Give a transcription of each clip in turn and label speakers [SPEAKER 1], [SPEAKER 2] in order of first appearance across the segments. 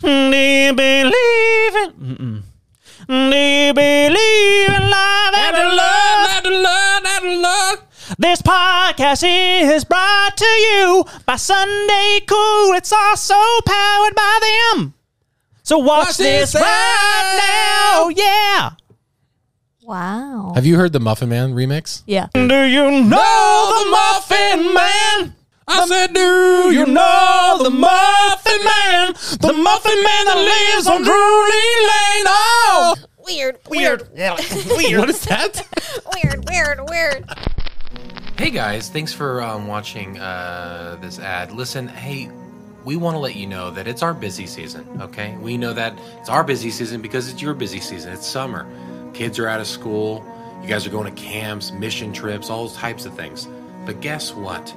[SPEAKER 1] Do you believe in? Mm-mm. Do you believe in love after love?
[SPEAKER 2] After love, after love.
[SPEAKER 1] This podcast is brought to you by Sunday Cool. It's also powered by them. So watch,
[SPEAKER 2] Watch
[SPEAKER 1] this,
[SPEAKER 2] this
[SPEAKER 1] right now.
[SPEAKER 2] now.
[SPEAKER 1] Yeah.
[SPEAKER 3] Wow.
[SPEAKER 4] Have you heard the Muffin Man remix?
[SPEAKER 3] Yeah.
[SPEAKER 1] Do you know
[SPEAKER 2] Oh, the Muffin Man. I said, do you know the Muffin Man? The Muffin Man that lives on Drury Lane. Oh,
[SPEAKER 3] Weird.
[SPEAKER 1] Weird.
[SPEAKER 4] what is that?
[SPEAKER 3] Weird. Weird. Weird.
[SPEAKER 5] Hey guys, thanks for um, watching uh, this ad. Listen, hey, we want to let you know that it's our busy season, okay? We know that it's our busy season because it's your busy season. It's summer. Kids are out of school. You guys are going to camps, mission trips, all those types of things. But guess what?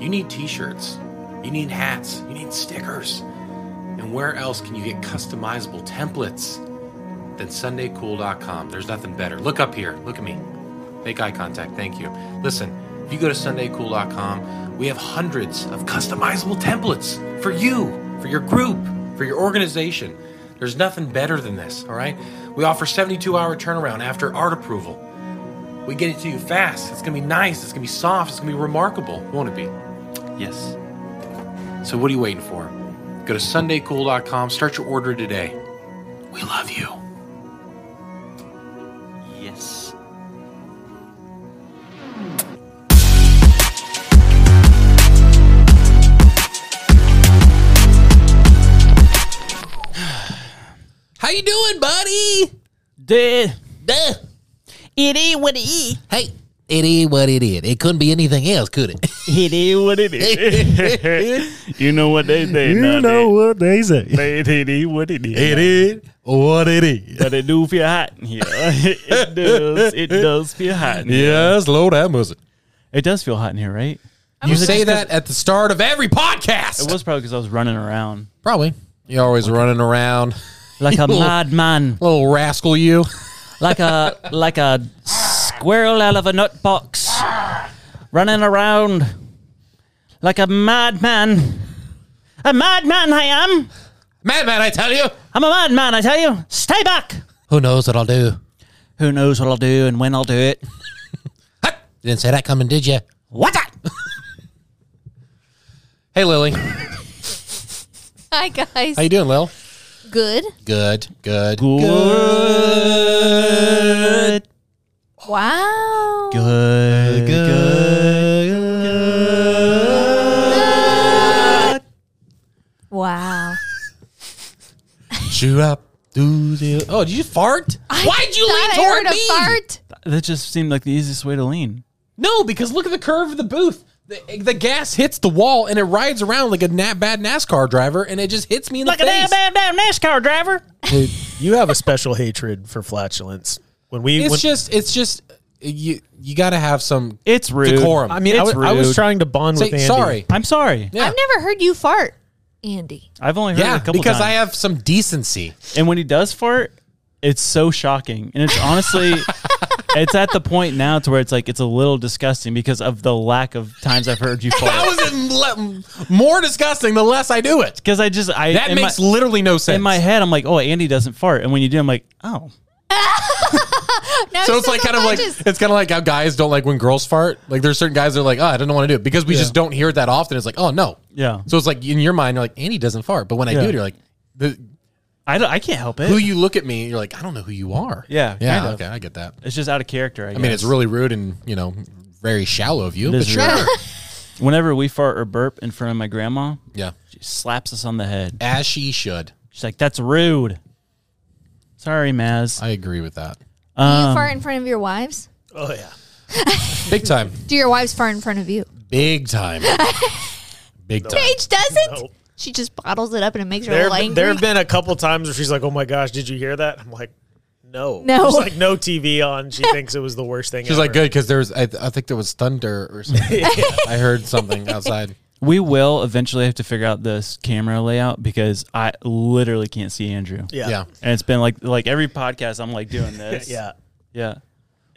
[SPEAKER 5] You need t shirts, you need hats, you need stickers. And where else can you get customizable templates than SundayCool.com? There's nothing better. Look up here. Look at me. Make eye contact. Thank you. Listen, if you go to sundaycool.com, we have hundreds of customizable templates for you, for your group, for your organization. There's nothing better than this, all right? We offer 72 hour turnaround after art approval. We get it to you fast. It's going to be nice. It's going to be soft. It's going to be remarkable, won't it be? Yes. So what are you waiting for? Go to sundaycool.com. Start your order today. We love you.
[SPEAKER 2] yes. How you doing, buddy?
[SPEAKER 1] Duh.
[SPEAKER 2] Duh.
[SPEAKER 1] It is what it is.
[SPEAKER 4] Hey, it is what it is. It couldn't be anything else, could it?
[SPEAKER 1] It is what it is. you know what they say. nowadays.
[SPEAKER 4] what they say.
[SPEAKER 1] They- It is what it is.
[SPEAKER 4] It is what it is.
[SPEAKER 1] But it do feel hot in here. it does. It does feel hot. in here.
[SPEAKER 4] Yes, load that music.
[SPEAKER 1] It does feel hot in here, right?
[SPEAKER 4] You say that at the start of every podcast.
[SPEAKER 1] It was probably because I was running around
[SPEAKER 4] Probably. You're always running around,
[SPEAKER 1] like a madman,
[SPEAKER 4] little rascal. You.
[SPEAKER 1] like a like a squirrel out of a nut box, running around like a madman. A madman I am.
[SPEAKER 4] Madman, I tell you.
[SPEAKER 1] I'm a madman, I tell you. Stay back.
[SPEAKER 4] Who knows what I'll do?
[SPEAKER 1] Who knows what I'll do and when I'll do it.
[SPEAKER 4] Huh, You didn't say that coming, did you?
[SPEAKER 1] What's that?
[SPEAKER 4] Hey, Lily.
[SPEAKER 3] Hi guys.
[SPEAKER 4] How you doing, Lil?
[SPEAKER 3] Good.
[SPEAKER 4] Good, good.
[SPEAKER 1] Good.
[SPEAKER 3] Wow.
[SPEAKER 1] Good.
[SPEAKER 3] Wow.
[SPEAKER 4] Shoot up. Do the- Oh, did you fart? Why'd you
[SPEAKER 3] Thought
[SPEAKER 4] lean
[SPEAKER 3] I heard
[SPEAKER 4] toward
[SPEAKER 3] a
[SPEAKER 4] me?
[SPEAKER 3] fart.
[SPEAKER 1] That just seemed like the easiest way to lean.
[SPEAKER 4] No, because look at the curve of the booth. The, the gas hits the wall and it rides around like a na- bad NASCAR driver, and it just hits me in the face.
[SPEAKER 1] damn, damn NASCAR driver.
[SPEAKER 6] Dude, you have a special hatred for flatulence. When we,
[SPEAKER 4] It's
[SPEAKER 6] when-
[SPEAKER 4] just, it's just, you you got to have some
[SPEAKER 1] It's rude.
[SPEAKER 4] decorum.
[SPEAKER 6] I mean, I
[SPEAKER 1] it's
[SPEAKER 6] was, I was
[SPEAKER 1] rude.
[SPEAKER 6] trying to bond
[SPEAKER 4] Say
[SPEAKER 6] with Andy.
[SPEAKER 4] sorry.
[SPEAKER 1] I'm sorry.
[SPEAKER 4] Yeah.
[SPEAKER 3] I've never heard you fart, Andy.
[SPEAKER 1] I've only heard it a
[SPEAKER 4] Yeah,
[SPEAKER 1] couple
[SPEAKER 4] because I
[SPEAKER 1] times.
[SPEAKER 4] have some decency.
[SPEAKER 1] and when he does fart, it's so shocking. And it's honestly, it's at the point now to where it's like it's a little disgusting because of the lack of times I've heard you
[SPEAKER 4] That
[SPEAKER 1] fart.
[SPEAKER 4] was in- le- more disgusting the less I do it.
[SPEAKER 1] Because I just I
[SPEAKER 4] That
[SPEAKER 1] in my-
[SPEAKER 4] makes literally no sense.
[SPEAKER 1] in my head I'm like, oh, Andy doesn't fart, and when you do, I'm like, oh,
[SPEAKER 3] No,
[SPEAKER 4] so it's like kind of like
[SPEAKER 3] self-conscious.
[SPEAKER 4] it's kind of like how guys don't like when girls fart. Like there's certain guys that are like, oh, I don't want to do it because we just don't hear it that often. It's like, oh no.
[SPEAKER 1] Yeah.
[SPEAKER 4] So it's like in your mind, you're like, Andy doesn't fart, but when I
[SPEAKER 1] Yeah.
[SPEAKER 4] do it, you're like, the,
[SPEAKER 1] I don't, I can't help it.
[SPEAKER 4] who you look at me, you're like, I don't know who you are.
[SPEAKER 1] Yeah,
[SPEAKER 4] Yeah.
[SPEAKER 1] kind of.
[SPEAKER 4] okay, I get that.
[SPEAKER 1] it's just out of character. I,
[SPEAKER 4] I mean, it's really rude and you know very shallow of you,
[SPEAKER 1] It
[SPEAKER 4] but
[SPEAKER 1] is
[SPEAKER 4] sure.
[SPEAKER 1] rude. whenever we fart or burp in front of my grandma,
[SPEAKER 4] yeah.
[SPEAKER 1] she slaps us on the head.
[SPEAKER 4] As she should.
[SPEAKER 1] She's like, that's rude. Sorry, Maz. Um,
[SPEAKER 4] I agree with that. um,
[SPEAKER 3] you fart in front of your wives.
[SPEAKER 6] Oh yeah.
[SPEAKER 4] Big time.
[SPEAKER 3] Do your wives fart in front of you?
[SPEAKER 4] Big time. Big time.
[SPEAKER 3] Paige doesn't.
[SPEAKER 6] No.
[SPEAKER 3] She just bottles it up and it makes her
[SPEAKER 6] Oh. There,
[SPEAKER 3] a little angry.
[SPEAKER 6] there have been a couple times where she's like, "Oh my gosh, did you hear that?" I'm like, "No,
[SPEAKER 3] No.
[SPEAKER 6] There's like no TV on. She thinks it was the worst thing.
[SPEAKER 4] She was
[SPEAKER 6] ever.
[SPEAKER 4] like, good, because there's, I, I think there was thunder or something. I heard something outside.
[SPEAKER 1] We will eventually have to figure out this camera layout because I literally can't see Andrew.
[SPEAKER 6] Yeah,
[SPEAKER 4] Yeah.
[SPEAKER 6] yeah.
[SPEAKER 1] And it's been like like every podcast I'm like doing this. Yeah.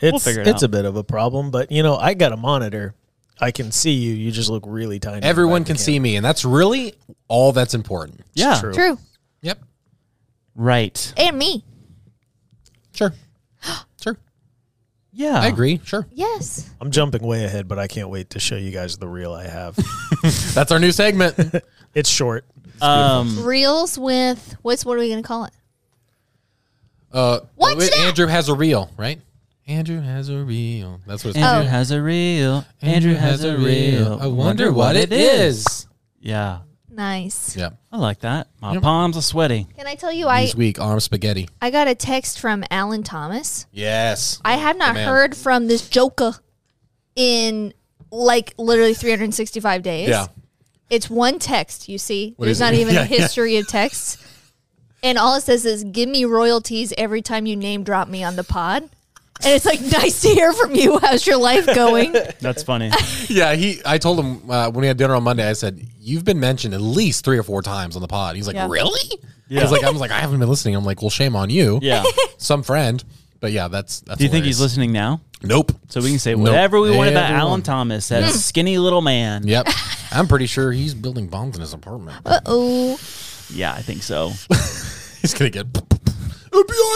[SPEAKER 6] It's
[SPEAKER 1] figure it out.
[SPEAKER 6] it's a bit of a problem, but you know, I got a monitor. I can see you. You just look really tiny.
[SPEAKER 4] Everyone can see me, and that's really all that's important.
[SPEAKER 1] Yeah.
[SPEAKER 6] true.
[SPEAKER 3] True.
[SPEAKER 4] Yep.
[SPEAKER 1] Right.
[SPEAKER 3] and me.
[SPEAKER 4] Sure. Sure.
[SPEAKER 1] Yeah.
[SPEAKER 4] I agree. Sure.
[SPEAKER 3] Yes.
[SPEAKER 6] I'm jumping way ahead, but I can't wait to show you guys the reel I have.
[SPEAKER 4] That's our new segment.
[SPEAKER 6] it's short.
[SPEAKER 1] Um,
[SPEAKER 3] Reels with what's what are we gonna call it?
[SPEAKER 4] Uh,
[SPEAKER 3] What's
[SPEAKER 4] wait,
[SPEAKER 3] that?
[SPEAKER 4] Andrew has a reel, right? Andrew has a reel. That's what it's
[SPEAKER 1] Andrew
[SPEAKER 3] Oh.
[SPEAKER 1] has a reel. Andrew has a reel.
[SPEAKER 4] I wonder what it is.
[SPEAKER 1] Yeah.
[SPEAKER 3] Nice.
[SPEAKER 4] Yeah.
[SPEAKER 1] I like that. My palms are sweaty.
[SPEAKER 3] Can I tell you I
[SPEAKER 4] He's weak. Arm spaghetti.
[SPEAKER 3] I got a text from Alan Thomas.
[SPEAKER 4] Yes.
[SPEAKER 3] I have not
[SPEAKER 4] man.
[SPEAKER 3] heard from this Joker in like literally 365 days.
[SPEAKER 4] Yeah.
[SPEAKER 3] It's one text, you see.
[SPEAKER 4] is
[SPEAKER 3] There's not
[SPEAKER 4] it?
[SPEAKER 3] even
[SPEAKER 4] Yeah,
[SPEAKER 3] a
[SPEAKER 4] yeah.
[SPEAKER 3] history of texts. And all it says is, give me royalties every time you name drop me on the pod. And it's like, nice to hear from you. How's your life going?
[SPEAKER 1] That's funny.
[SPEAKER 4] Yeah. He. I told him uh, when we had dinner on Monday. I said, "You've been mentioned at least three or four times on the pod." He's like,
[SPEAKER 3] Yeah.
[SPEAKER 4] "Really?"
[SPEAKER 1] Yeah.
[SPEAKER 4] I was like, "I was like, I haven't been listening." I'm like, "Well, shame on you."
[SPEAKER 1] Yeah.
[SPEAKER 4] Some friend. But yeah, that's. that's
[SPEAKER 1] Do you think he's
[SPEAKER 4] hilarious.
[SPEAKER 1] listening now?
[SPEAKER 4] Nope.
[SPEAKER 1] So we can say
[SPEAKER 4] Nope.
[SPEAKER 1] whatever we want about
[SPEAKER 4] Everyone. Hmm.
[SPEAKER 1] Alan Thomas, that skinny little man.
[SPEAKER 4] Yep. I'm pretty sure he's building bombs in his apartment.
[SPEAKER 3] Oh,
[SPEAKER 1] Yeah, I think so.
[SPEAKER 4] he's gonna get. FBI,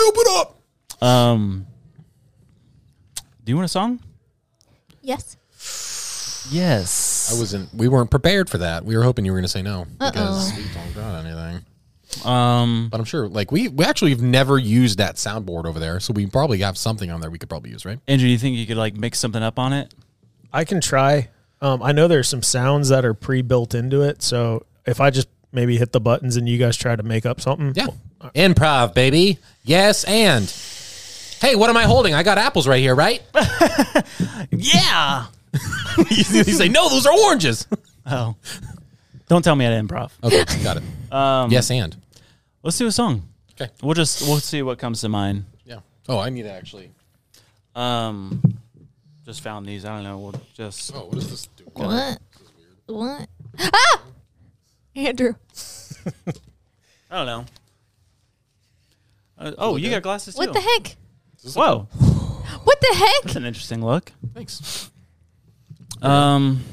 [SPEAKER 4] open up.
[SPEAKER 1] Um, do you want a song?
[SPEAKER 3] yes.
[SPEAKER 1] Yes.
[SPEAKER 4] I wasn't. We weren't prepared for that. We were hoping you were going to say no because we don't got anything.
[SPEAKER 1] Um,
[SPEAKER 4] But I'm sure, like we we actually have never used that soundboard over there, so we probably have something on there we could probably use, right?
[SPEAKER 1] Andrew, do you think you could like mix something up on it?
[SPEAKER 6] I can try. Um, I know there's some sounds that are pre-built into it, so if I just maybe hit the buttons and you guys try to make up something,
[SPEAKER 4] Improv, baby. Yes, and hey, what am I holding? I got apples right here, right?
[SPEAKER 1] Yeah.
[SPEAKER 4] you say no, those are oranges.
[SPEAKER 1] Oh, don't tell me I did improv.
[SPEAKER 4] Okay, got it. Um, yes, and
[SPEAKER 1] Let's do a song.
[SPEAKER 4] Okay.
[SPEAKER 1] We'll just we'll see what comes to mind.
[SPEAKER 4] yeah. Oh, I need to actually.
[SPEAKER 1] Um, just found these. I don't know. We'll just
[SPEAKER 4] Oh, what is this? Doing?
[SPEAKER 3] What? What? Ah! Andrew.
[SPEAKER 1] I don't know. Uh, oh, you got glasses too.
[SPEAKER 3] What the heck?
[SPEAKER 1] Whoa,
[SPEAKER 3] What the heck?
[SPEAKER 1] that's an interesting look.
[SPEAKER 4] Thanks.
[SPEAKER 1] Um,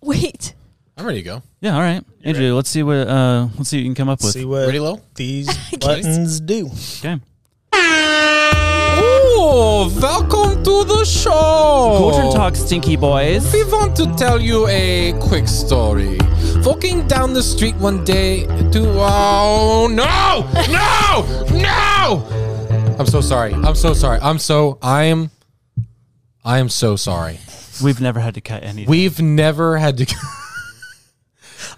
[SPEAKER 3] Wait.
[SPEAKER 4] I'm ready to go.
[SPEAKER 1] yeah. All right, Andrew. Let's see what uh, let's see what you can come up with.
[SPEAKER 6] see what
[SPEAKER 4] Ready, low.
[SPEAKER 6] these buttons do.
[SPEAKER 1] Okay.
[SPEAKER 4] Oh, welcome to the show.
[SPEAKER 1] Culture talk, stinky boys.
[SPEAKER 4] We want to tell you a quick story. Walking down the street one day to oh no no no! I'm so sorry. I'm so sorry. I'm so I am I am so sorry.
[SPEAKER 1] We've never had to cut anything.
[SPEAKER 4] We've never had to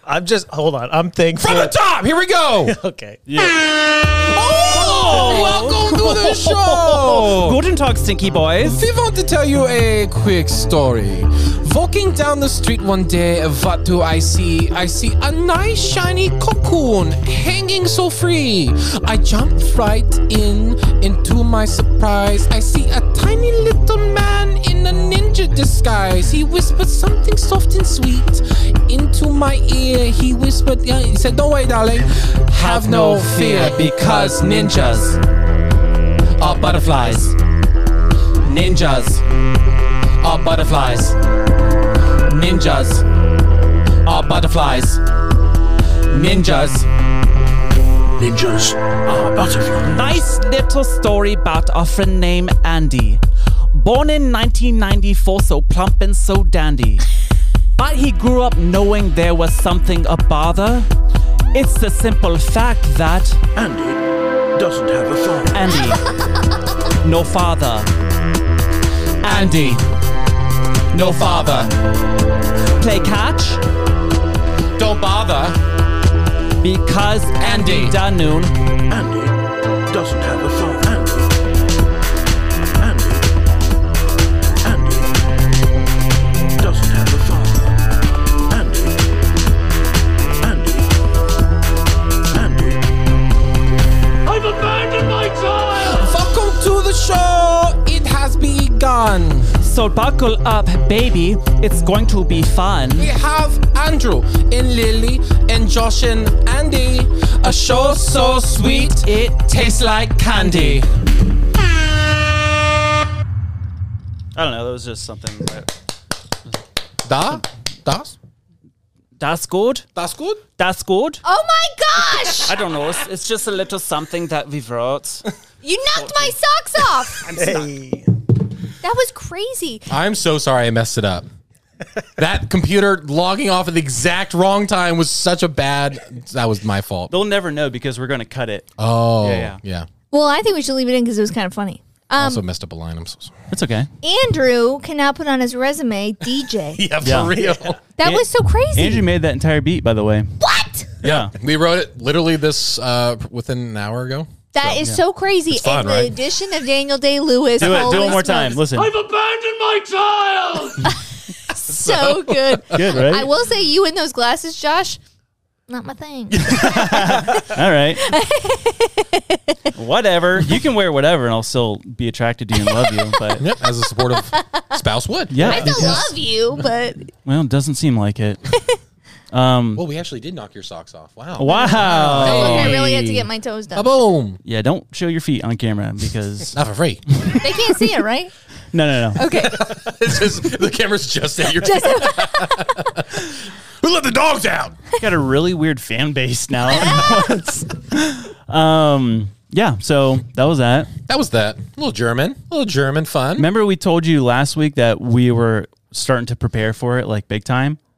[SPEAKER 6] I'm just hold on. I'm thankful.
[SPEAKER 4] from the top. Here we go.
[SPEAKER 6] okay,
[SPEAKER 4] Oh, welcome to the show.
[SPEAKER 1] Guten Tag, stinky boys.
[SPEAKER 4] We want to tell you a quick story. Walking down the street one day, what do I see? I see a nice shiny cocoon hanging so free. I jumped right in, and to my surprise, I see a tiny little man in a ninja disguise. He whispered something soft and sweet into my ear. He whispered, yeah, he said, Don't worry, darling. Have no fear because ninjas are butterflies. Ninjas are butterflies. Ninjas are butterflies. Ninjas.
[SPEAKER 7] Ninjas are butterflies.
[SPEAKER 1] Nice little story about our friend named Andy. Born in 1994, so plump and so dandy. But he grew up knowing there was something a bother. It's the simple fact that
[SPEAKER 7] Andy doesn't have a father.
[SPEAKER 1] Andy, no father. Andy,
[SPEAKER 4] No father.
[SPEAKER 1] play catch
[SPEAKER 4] Don't bother.
[SPEAKER 1] because Andy
[SPEAKER 4] Andy.
[SPEAKER 1] Danoon
[SPEAKER 7] Andy doesn't have a father. Andy. Andy. Andy doesn't have a father. Andy. Andy. Andy. I've abandoned my child!
[SPEAKER 4] Welcome to the show. It has begun.
[SPEAKER 1] So buckle up, baby. It's going to be fun.
[SPEAKER 4] We have Andrew and Lily and Josh and Andy. A show so sweet it tastes like candy.
[SPEAKER 1] I don't know. That was just something. That,
[SPEAKER 4] Da? Das?
[SPEAKER 1] That's good.
[SPEAKER 4] That's good.
[SPEAKER 1] That's good.
[SPEAKER 3] Oh my gosh!
[SPEAKER 1] I don't know. It's, it's just a little something that we wrote.
[SPEAKER 3] You knocked my socks off. That was crazy.
[SPEAKER 4] I'm so sorry I messed it up. that computer logging off at the exact wrong time was such a bad. That was my fault.
[SPEAKER 1] They'll never know because we're going to cut it.
[SPEAKER 4] Oh,
[SPEAKER 1] Yeah, yeah.
[SPEAKER 4] yeah.
[SPEAKER 3] Well, I think we should leave it in because it was kind of funny.
[SPEAKER 4] also messed up a line. I'm so sorry.
[SPEAKER 1] It's okay.
[SPEAKER 3] Andrew can now put on his resume DJ.
[SPEAKER 4] Yeah, for
[SPEAKER 1] Yeah.
[SPEAKER 4] real.
[SPEAKER 3] That was so crazy.
[SPEAKER 1] Andrew made that entire beat, by the way.
[SPEAKER 3] what?
[SPEAKER 1] Yeah.
[SPEAKER 4] We wrote it literally this uh, within an hour ago.
[SPEAKER 3] That is so crazy.
[SPEAKER 4] fun,
[SPEAKER 3] and the
[SPEAKER 4] right?
[SPEAKER 3] addition of Daniel Day Lewis.
[SPEAKER 1] Do it. Do it one more time. Listen.
[SPEAKER 8] I've abandoned my child!
[SPEAKER 3] So good.
[SPEAKER 1] Good, right?
[SPEAKER 3] I will say, you in those glasses, Josh, not my thing.
[SPEAKER 1] All right. whatever. You can wear whatever, and I'll still be attracted to you and love you. But
[SPEAKER 4] Yep, as a supportive spouse would.
[SPEAKER 1] yeah,
[SPEAKER 3] I still love you, but
[SPEAKER 1] well, it doesn't seem like it.
[SPEAKER 4] Well, we actually did knock your socks off. Oh, Wow.
[SPEAKER 1] Wow.
[SPEAKER 3] I really had to get my toes
[SPEAKER 4] A
[SPEAKER 3] done.
[SPEAKER 4] boom.
[SPEAKER 1] Yeah, don't show your feet on camera because
[SPEAKER 4] Not for free.
[SPEAKER 3] They can't see it, right?
[SPEAKER 1] no, no, no.
[SPEAKER 3] Okay.
[SPEAKER 4] it's just, the camera's just at your. Who let the dogs out?
[SPEAKER 1] got a really weird fan base now. um, yeah, so that was that.
[SPEAKER 4] That was that. A little German. A little German fun.
[SPEAKER 1] Remember we told you last week that we were starting to prepare for it like big time?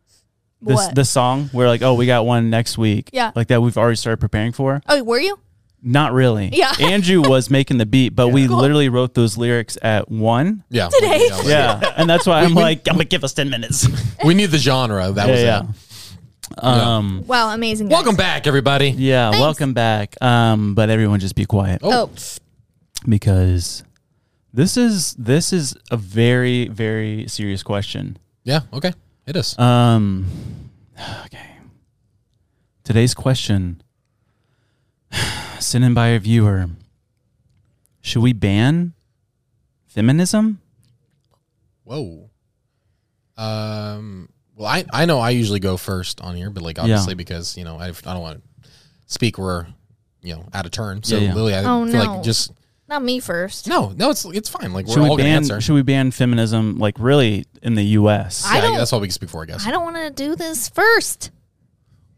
[SPEAKER 1] This
[SPEAKER 3] What?
[SPEAKER 1] this song. We're like, oh, we got one next week.
[SPEAKER 3] Yeah.
[SPEAKER 1] Like that we've already started preparing for.
[SPEAKER 3] Oh, were you?
[SPEAKER 1] Not really.
[SPEAKER 3] Yeah.
[SPEAKER 1] Andrew was making the beat, but we literally wrote those lyrics at one.
[SPEAKER 4] yeah.
[SPEAKER 3] Today.
[SPEAKER 4] Yeah. we-
[SPEAKER 1] Yeah. and that's why I'm like, I'm gonna give us ten minutes.
[SPEAKER 4] We need the genre. That was
[SPEAKER 1] yeah,
[SPEAKER 4] it.
[SPEAKER 1] yeah. Um
[SPEAKER 3] Wow, amazing. Guys.
[SPEAKER 4] Welcome back, everybody.
[SPEAKER 1] yeah, welcome back. Um, but everyone just be quiet.
[SPEAKER 3] Oh,
[SPEAKER 1] because this is this is a very very serious question.
[SPEAKER 4] Yeah. Okay. It is.
[SPEAKER 1] Um, okay. Today's question, sent in by a viewer: Should we ban feminism?
[SPEAKER 4] Whoa. Um. Well, I I know I usually go first on here, but like obviously because you know I I don't want to speak where you know out of turn. So
[SPEAKER 1] Yeah, yeah.
[SPEAKER 4] Lily, I
[SPEAKER 3] Oh,
[SPEAKER 4] feel
[SPEAKER 3] no.
[SPEAKER 4] like just
[SPEAKER 3] not me first.
[SPEAKER 4] no, no. It's it's fine. Like we're
[SPEAKER 1] Should
[SPEAKER 4] all
[SPEAKER 1] we
[SPEAKER 4] gonna
[SPEAKER 1] ban?
[SPEAKER 4] answer.
[SPEAKER 1] Should we ban feminism? Like really in the U.S.
[SPEAKER 3] I
[SPEAKER 4] yeah,
[SPEAKER 3] don't-
[SPEAKER 4] that's all we can speak for, I guess.
[SPEAKER 3] I don't want to do this first.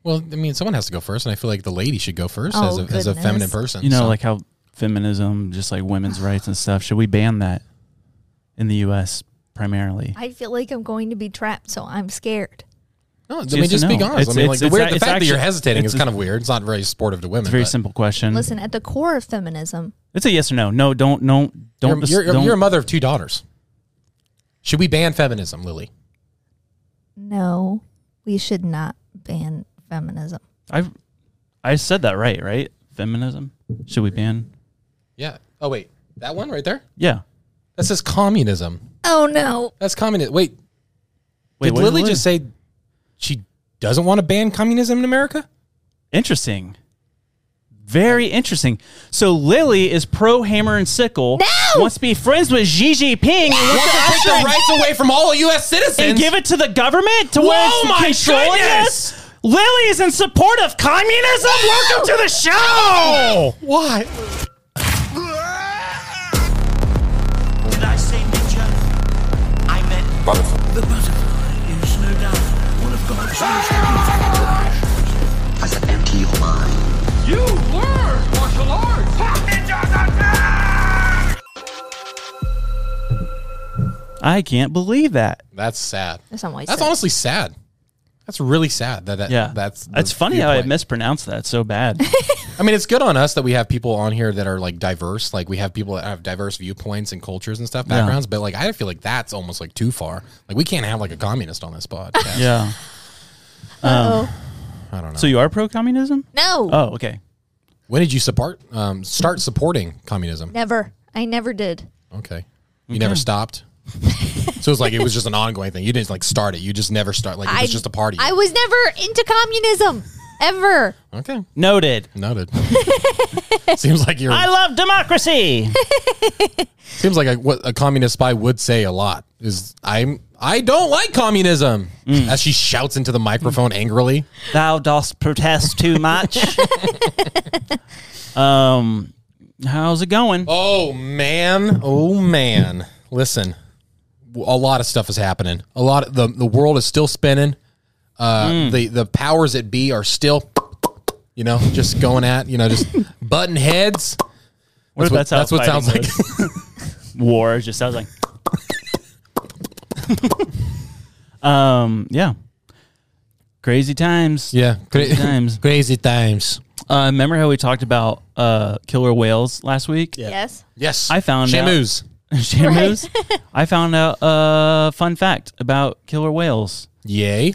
[SPEAKER 4] well, I mean, someone has to go first, and I feel like the lady should go first
[SPEAKER 3] Oh,
[SPEAKER 4] as a as a
[SPEAKER 3] goodness.
[SPEAKER 4] feminine person.
[SPEAKER 1] you know,
[SPEAKER 4] so.
[SPEAKER 1] like how feminism, just like women's rights and stuff. Should we ban that in the U.S. primarily?
[SPEAKER 3] I feel like I'm going to be trapped, so I'm scared.
[SPEAKER 4] no, I
[SPEAKER 1] yes
[SPEAKER 4] mean, just
[SPEAKER 1] and
[SPEAKER 4] be
[SPEAKER 1] no.
[SPEAKER 4] honest.
[SPEAKER 1] It's-
[SPEAKER 4] I mean,
[SPEAKER 1] it's-
[SPEAKER 4] like the,
[SPEAKER 1] it's
[SPEAKER 4] weird,
[SPEAKER 1] a-
[SPEAKER 4] the
[SPEAKER 1] it's
[SPEAKER 4] fact that you're
[SPEAKER 1] actually-
[SPEAKER 4] hesitating
[SPEAKER 1] it's
[SPEAKER 4] is
[SPEAKER 1] a-
[SPEAKER 4] kind of weird. It's not very supportive to women.
[SPEAKER 1] It's a very
[SPEAKER 4] but
[SPEAKER 1] simple question.
[SPEAKER 3] Listen, at the core of feminism,
[SPEAKER 1] It's a yes or no. No, don't, don't, don't.
[SPEAKER 4] You're,
[SPEAKER 1] dis-
[SPEAKER 4] you're,
[SPEAKER 1] don't-
[SPEAKER 4] you're a mother of two daughters. Should we ban feminism, Lily?
[SPEAKER 3] no, we should not ban feminism.
[SPEAKER 1] I, I said that right, right? Feminism. Should we ban?
[SPEAKER 4] Yeah. Oh wait, that one right there.
[SPEAKER 1] Yeah.
[SPEAKER 4] That says communism.
[SPEAKER 3] Oh no.
[SPEAKER 4] That's communist. Wait,
[SPEAKER 1] Wait,
[SPEAKER 4] did
[SPEAKER 1] what
[SPEAKER 4] Lily
[SPEAKER 1] it
[SPEAKER 4] just say she doesn't want to ban communism in America?
[SPEAKER 1] Interesting. Very interesting. So Lily is pro hammer and sickle.
[SPEAKER 3] No!
[SPEAKER 1] Wants to be friends with Xi Jinping and wants to
[SPEAKER 4] Take the rights away from all U.S.
[SPEAKER 1] and
[SPEAKER 4] citizens.
[SPEAKER 1] give it to the government to where
[SPEAKER 4] Whoa,
[SPEAKER 1] it's
[SPEAKER 4] Oh my
[SPEAKER 1] controlling
[SPEAKER 4] goodness!
[SPEAKER 1] us. Lily is in support of communism. Welcome to the show.
[SPEAKER 4] Why?
[SPEAKER 8] Did I say nature? I meant butterfly. The butterfly is no doubt one of God's most beautiful Does it empty your mind? You were martial arts! Fucking
[SPEAKER 1] I can't believe that.
[SPEAKER 4] That's sad.
[SPEAKER 3] That's not what I
[SPEAKER 4] That's
[SPEAKER 3] said.
[SPEAKER 4] honestly sad. That's really sad. That, that
[SPEAKER 1] Yeah,
[SPEAKER 4] That's the
[SPEAKER 1] that's funny how I
[SPEAKER 4] viewpoint.
[SPEAKER 1] mispronounced that so bad.
[SPEAKER 4] I mean, it's good on us that we have people on here that are like diverse. Like we have people that have diverse viewpoints and cultures and stuff, backgrounds. But like, I feel like that's almost like too far. Like we can't have like a communist on this pod.
[SPEAKER 1] yeah.
[SPEAKER 4] Um.
[SPEAKER 3] Uh-oh.
[SPEAKER 4] I don't know.
[SPEAKER 1] So you are pro communism?
[SPEAKER 3] no.
[SPEAKER 1] Oh, okay.
[SPEAKER 4] When did you support um, start supporting communism?
[SPEAKER 3] Never. I never did.
[SPEAKER 4] Okay. You never stopped. so it's like it was just an ongoing thing. You didn't like start it. You just never start. Like it
[SPEAKER 3] I
[SPEAKER 4] was just a party.
[SPEAKER 3] I was never into communism. Ever.
[SPEAKER 4] okay.
[SPEAKER 1] Noted.
[SPEAKER 4] Noted. seems like you're.
[SPEAKER 1] I love democracy.
[SPEAKER 4] seems like a, what a communist spy would say a lot is I'm. I don't like communism. As she shouts into the microphone angrily.
[SPEAKER 1] Thou dost protest too much. um, how's it going?
[SPEAKER 4] Oh man. Oh man. Listen, a lot of stuff is happening. A lot. Of, the the world is still spinning. Uh,
[SPEAKER 1] Hmm.
[SPEAKER 4] The the powers that be are still, you know, just going at you know just button heads.
[SPEAKER 1] What if
[SPEAKER 4] what-
[SPEAKER 1] that's how
[SPEAKER 4] that's what
[SPEAKER 1] fighting
[SPEAKER 4] sounds like.
[SPEAKER 1] was? War just sounds like. um. Yeah. Crazy times.
[SPEAKER 4] Yeah,
[SPEAKER 1] Crazy times.
[SPEAKER 4] crazy times.
[SPEAKER 1] Uh, remember how we talked about uh, killer whales last week? Yeah.
[SPEAKER 3] Yes.
[SPEAKER 4] Yes,
[SPEAKER 1] I found out-
[SPEAKER 4] Shamus.
[SPEAKER 1] Shamus. I found out a uh, fun fact about killer whales.
[SPEAKER 4] Yay!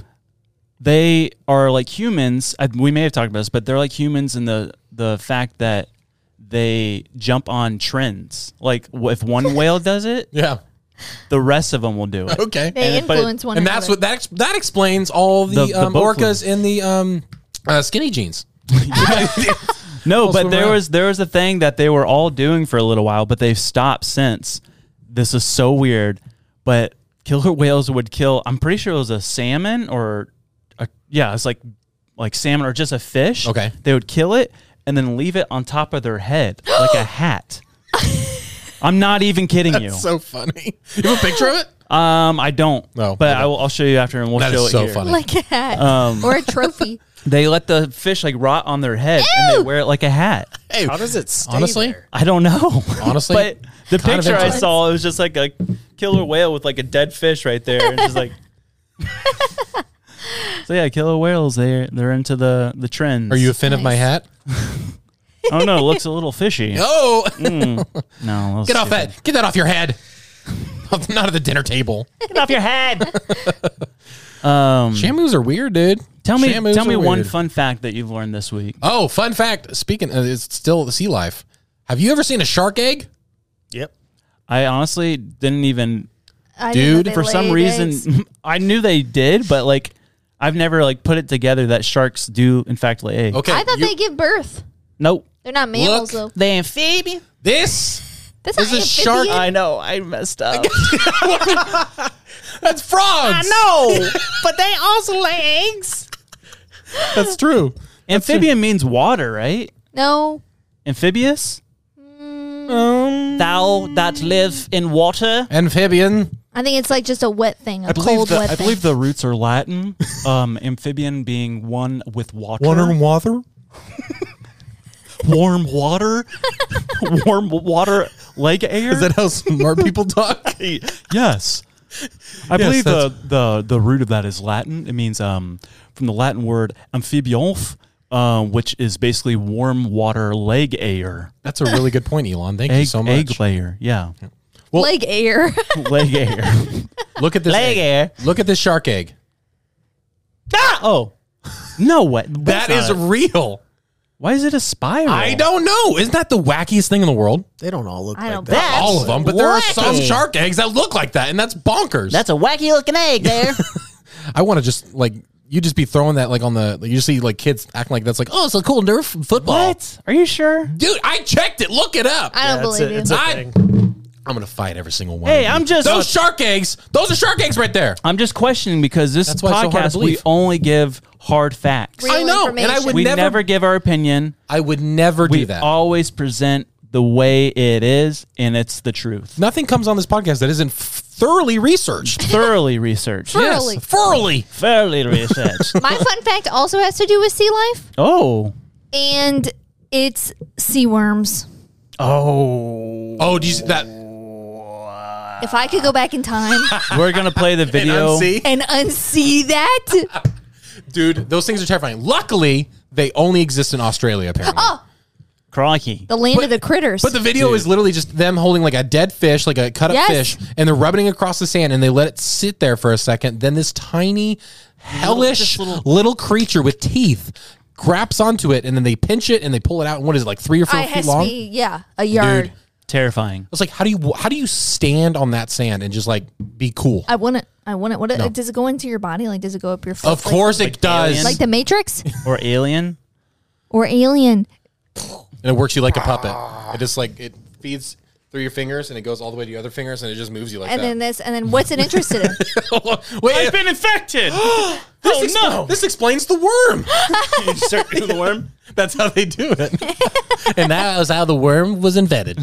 [SPEAKER 1] They are like humans. I, we may have talked about this, but they're like humans in the the fact that they jump on trends. Like w- if one whale does it,
[SPEAKER 4] Yeah.
[SPEAKER 1] the rest of them will do it.
[SPEAKER 4] Okay.
[SPEAKER 3] They
[SPEAKER 1] And- but it-
[SPEAKER 3] influence one
[SPEAKER 4] and
[SPEAKER 3] another.
[SPEAKER 4] that's what that ex- that explains all the,
[SPEAKER 1] The- the
[SPEAKER 4] um,
[SPEAKER 1] boat
[SPEAKER 4] orcas in the um, uh, skinny jeans.
[SPEAKER 1] No, but
[SPEAKER 4] swim
[SPEAKER 1] there
[SPEAKER 4] around.
[SPEAKER 1] was there was a thing that they were all doing for a little while, but they've stopped since. This is so weird, but killer whales would kill. I'm pretty sure it was a salmon or, a, yeah, it's like like salmon or just a fish.
[SPEAKER 4] Okay.
[SPEAKER 1] they would kill it and then leave it on top of their head like a hat. I'm not even kidding you.
[SPEAKER 4] So funny. You have a picture of it?
[SPEAKER 1] um, I don't.
[SPEAKER 4] No,
[SPEAKER 1] but
[SPEAKER 4] okay.
[SPEAKER 1] I will. I'll show you after, and we'll
[SPEAKER 4] That
[SPEAKER 1] show
[SPEAKER 4] is
[SPEAKER 1] it
[SPEAKER 4] so
[SPEAKER 1] here.
[SPEAKER 4] funny.
[SPEAKER 3] like a hat
[SPEAKER 4] Um.
[SPEAKER 3] or a trophy.
[SPEAKER 1] They let the fish like rot on their head and they
[SPEAKER 3] Ew!
[SPEAKER 1] wear it like a hat.
[SPEAKER 4] Hey,
[SPEAKER 6] How does it stay
[SPEAKER 4] honestly,
[SPEAKER 6] there?
[SPEAKER 1] I don't know.
[SPEAKER 4] Honestly,
[SPEAKER 1] but the
[SPEAKER 4] kind of
[SPEAKER 1] picture I
[SPEAKER 4] interesting.
[SPEAKER 1] saw, it was just like a killer whale with like a dead fish right there, and just like. so yeah, killer whales. They they're into the the trends.
[SPEAKER 4] are you a fan of my hat?
[SPEAKER 1] I don't know. It looks a little fishy.
[SPEAKER 4] Oh,
[SPEAKER 1] Mm, No,
[SPEAKER 4] get off that! Get that off your head. Not at the dinner table.
[SPEAKER 1] Get off your head. um,
[SPEAKER 4] Shamus are weird, dude.
[SPEAKER 1] tell me
[SPEAKER 4] Shamus
[SPEAKER 1] tell
[SPEAKER 4] are
[SPEAKER 1] me one
[SPEAKER 4] weird.
[SPEAKER 1] fun fact that you've learned this week.
[SPEAKER 4] Oh, fun fact. Speaking, of, it's still sea life. Have you ever seen a shark egg?
[SPEAKER 6] Yep.
[SPEAKER 1] I honestly didn't even
[SPEAKER 3] I didn't know
[SPEAKER 4] Dude,
[SPEAKER 3] they
[SPEAKER 1] for some
[SPEAKER 3] laid
[SPEAKER 1] reason
[SPEAKER 3] eggs.
[SPEAKER 1] I knew they did, but like I've never like put it together that sharks do in fact lay eggs.
[SPEAKER 4] Okay,
[SPEAKER 3] I thought
[SPEAKER 4] you-
[SPEAKER 3] they give birth.
[SPEAKER 1] Nope.
[SPEAKER 3] They're not mammals
[SPEAKER 4] Look.
[SPEAKER 3] though.
[SPEAKER 1] They amphibian.
[SPEAKER 4] this.
[SPEAKER 3] That's
[SPEAKER 4] There's
[SPEAKER 3] not
[SPEAKER 4] a shark-
[SPEAKER 3] amphibian.
[SPEAKER 1] I know. I messed up.
[SPEAKER 4] That's frogs.
[SPEAKER 1] no, but they also lay eggs.
[SPEAKER 4] That's true.
[SPEAKER 1] Amphibian means water, right?
[SPEAKER 3] No.
[SPEAKER 1] Amphibious. Um, Thou that live in water.
[SPEAKER 4] Amphibian.
[SPEAKER 3] I think it's like just a wet thing, a
[SPEAKER 1] I believe,
[SPEAKER 3] cold
[SPEAKER 1] the,
[SPEAKER 3] wet
[SPEAKER 1] I
[SPEAKER 3] thing.
[SPEAKER 1] believe the roots are Latin. Um, amphibian being one with water.
[SPEAKER 4] water.
[SPEAKER 1] warm water. warm water leg air.
[SPEAKER 4] Is that how smart people talk?
[SPEAKER 1] yes. I believe the,
[SPEAKER 4] that's-
[SPEAKER 1] the the root of that is Latin. It means um, from the Latin word amphibionf, uh, which is basically warm water leg air.
[SPEAKER 4] That's a really good point, Elon. Thank you
[SPEAKER 1] Egg,
[SPEAKER 4] so much.
[SPEAKER 1] egg layer, yeah.
[SPEAKER 3] Leg air.
[SPEAKER 1] leg air.
[SPEAKER 4] Look at this.
[SPEAKER 1] leg
[SPEAKER 4] egg.
[SPEAKER 1] air.
[SPEAKER 4] Look at this shark egg.
[SPEAKER 1] Ah! Oh. No way.
[SPEAKER 4] That is real.
[SPEAKER 1] Why is it a spiral?
[SPEAKER 4] I don't know. Isn't that the wackiest thing in the world?
[SPEAKER 6] They don't all look
[SPEAKER 3] I
[SPEAKER 6] like
[SPEAKER 3] don't
[SPEAKER 6] that.
[SPEAKER 3] bet.
[SPEAKER 4] All of them, but there are some shark eggs that look like that, and that's bonkers.
[SPEAKER 1] That's a wacky looking egg there.
[SPEAKER 4] I want to just like you just be throwing that like on the you see like kids acting like that's like oh it's a cool Nerf football.
[SPEAKER 1] what? Are you sure?
[SPEAKER 4] Dude, I checked it. Look it up.
[SPEAKER 3] I don't
[SPEAKER 6] That's
[SPEAKER 3] believe
[SPEAKER 6] it.
[SPEAKER 3] you.
[SPEAKER 6] It's a
[SPEAKER 4] I-
[SPEAKER 6] thing.
[SPEAKER 4] I'm gonna fight every single one.
[SPEAKER 1] Hey,
[SPEAKER 4] of you.
[SPEAKER 1] I'm just-
[SPEAKER 4] those shark eggs. Those are shark eggs right there.
[SPEAKER 1] I'm just questioning because this
[SPEAKER 4] That's why it's so hard to
[SPEAKER 1] podcast we
[SPEAKER 4] believe.
[SPEAKER 1] only give hard facts.
[SPEAKER 3] Real
[SPEAKER 4] I know, and I
[SPEAKER 3] information.
[SPEAKER 4] would
[SPEAKER 1] we
[SPEAKER 4] never,
[SPEAKER 1] never, give our opinion.
[SPEAKER 4] I would never
[SPEAKER 1] We
[SPEAKER 4] do that.
[SPEAKER 1] always present the way it is, and it's the truth.
[SPEAKER 4] Nothing comes on this podcast that isn't f- thoroughly researched.
[SPEAKER 1] Thoroughly researched.
[SPEAKER 3] Thoroughly.
[SPEAKER 4] thoroughly.
[SPEAKER 1] Thoroughly researched.
[SPEAKER 3] My fun fact also has to do with sea life,
[SPEAKER 1] oh.
[SPEAKER 3] and it's sea worms.
[SPEAKER 1] Oh.
[SPEAKER 4] Oh, do you see that?
[SPEAKER 3] If I could go back in time
[SPEAKER 1] We're going to play the video.
[SPEAKER 4] unsee?
[SPEAKER 3] and unsee that,
[SPEAKER 4] Dude, those things are terrifying. Luckily, they only exist in Australia, apparently.
[SPEAKER 1] Crikey.
[SPEAKER 3] oh, the land of the critters.
[SPEAKER 4] But the video is literally just them holding like a dead fish, like a cut up
[SPEAKER 3] Yes.
[SPEAKER 4] fish, and they're rubbing it across the sand and they let it sit there for a second. Then this tiny, hellish
[SPEAKER 1] just
[SPEAKER 4] little,
[SPEAKER 1] little-
[SPEAKER 4] creature with teeth grabs onto it and then they pinch it and they pull it out. And what is it, like three or four
[SPEAKER 3] I
[SPEAKER 4] feet
[SPEAKER 3] has
[SPEAKER 4] long?
[SPEAKER 3] to be yeah a yard.
[SPEAKER 4] Dude.
[SPEAKER 1] Terrifying.
[SPEAKER 4] It's like how do you how do you stand on that sand and just like be cool?
[SPEAKER 3] I wouldn't. I wouldn't. What does it go into your body? Like does it go up your? Foot?
[SPEAKER 4] Of course it does,
[SPEAKER 1] aliens?
[SPEAKER 3] Like, like the Matrix
[SPEAKER 1] Or alien.
[SPEAKER 3] or Alien.
[SPEAKER 4] and it works you like a puppet. It just like it feeds through your fingers and it goes all the way to your other fingers and it just moves you like
[SPEAKER 3] And then
[SPEAKER 4] that.
[SPEAKER 3] this, and then what's it interested in?
[SPEAKER 4] Wait,
[SPEAKER 1] I've been infected. oh no!
[SPEAKER 4] this explains the worm.
[SPEAKER 1] Start doing the worm.
[SPEAKER 4] That's how they do it. and that was how the worm was invented.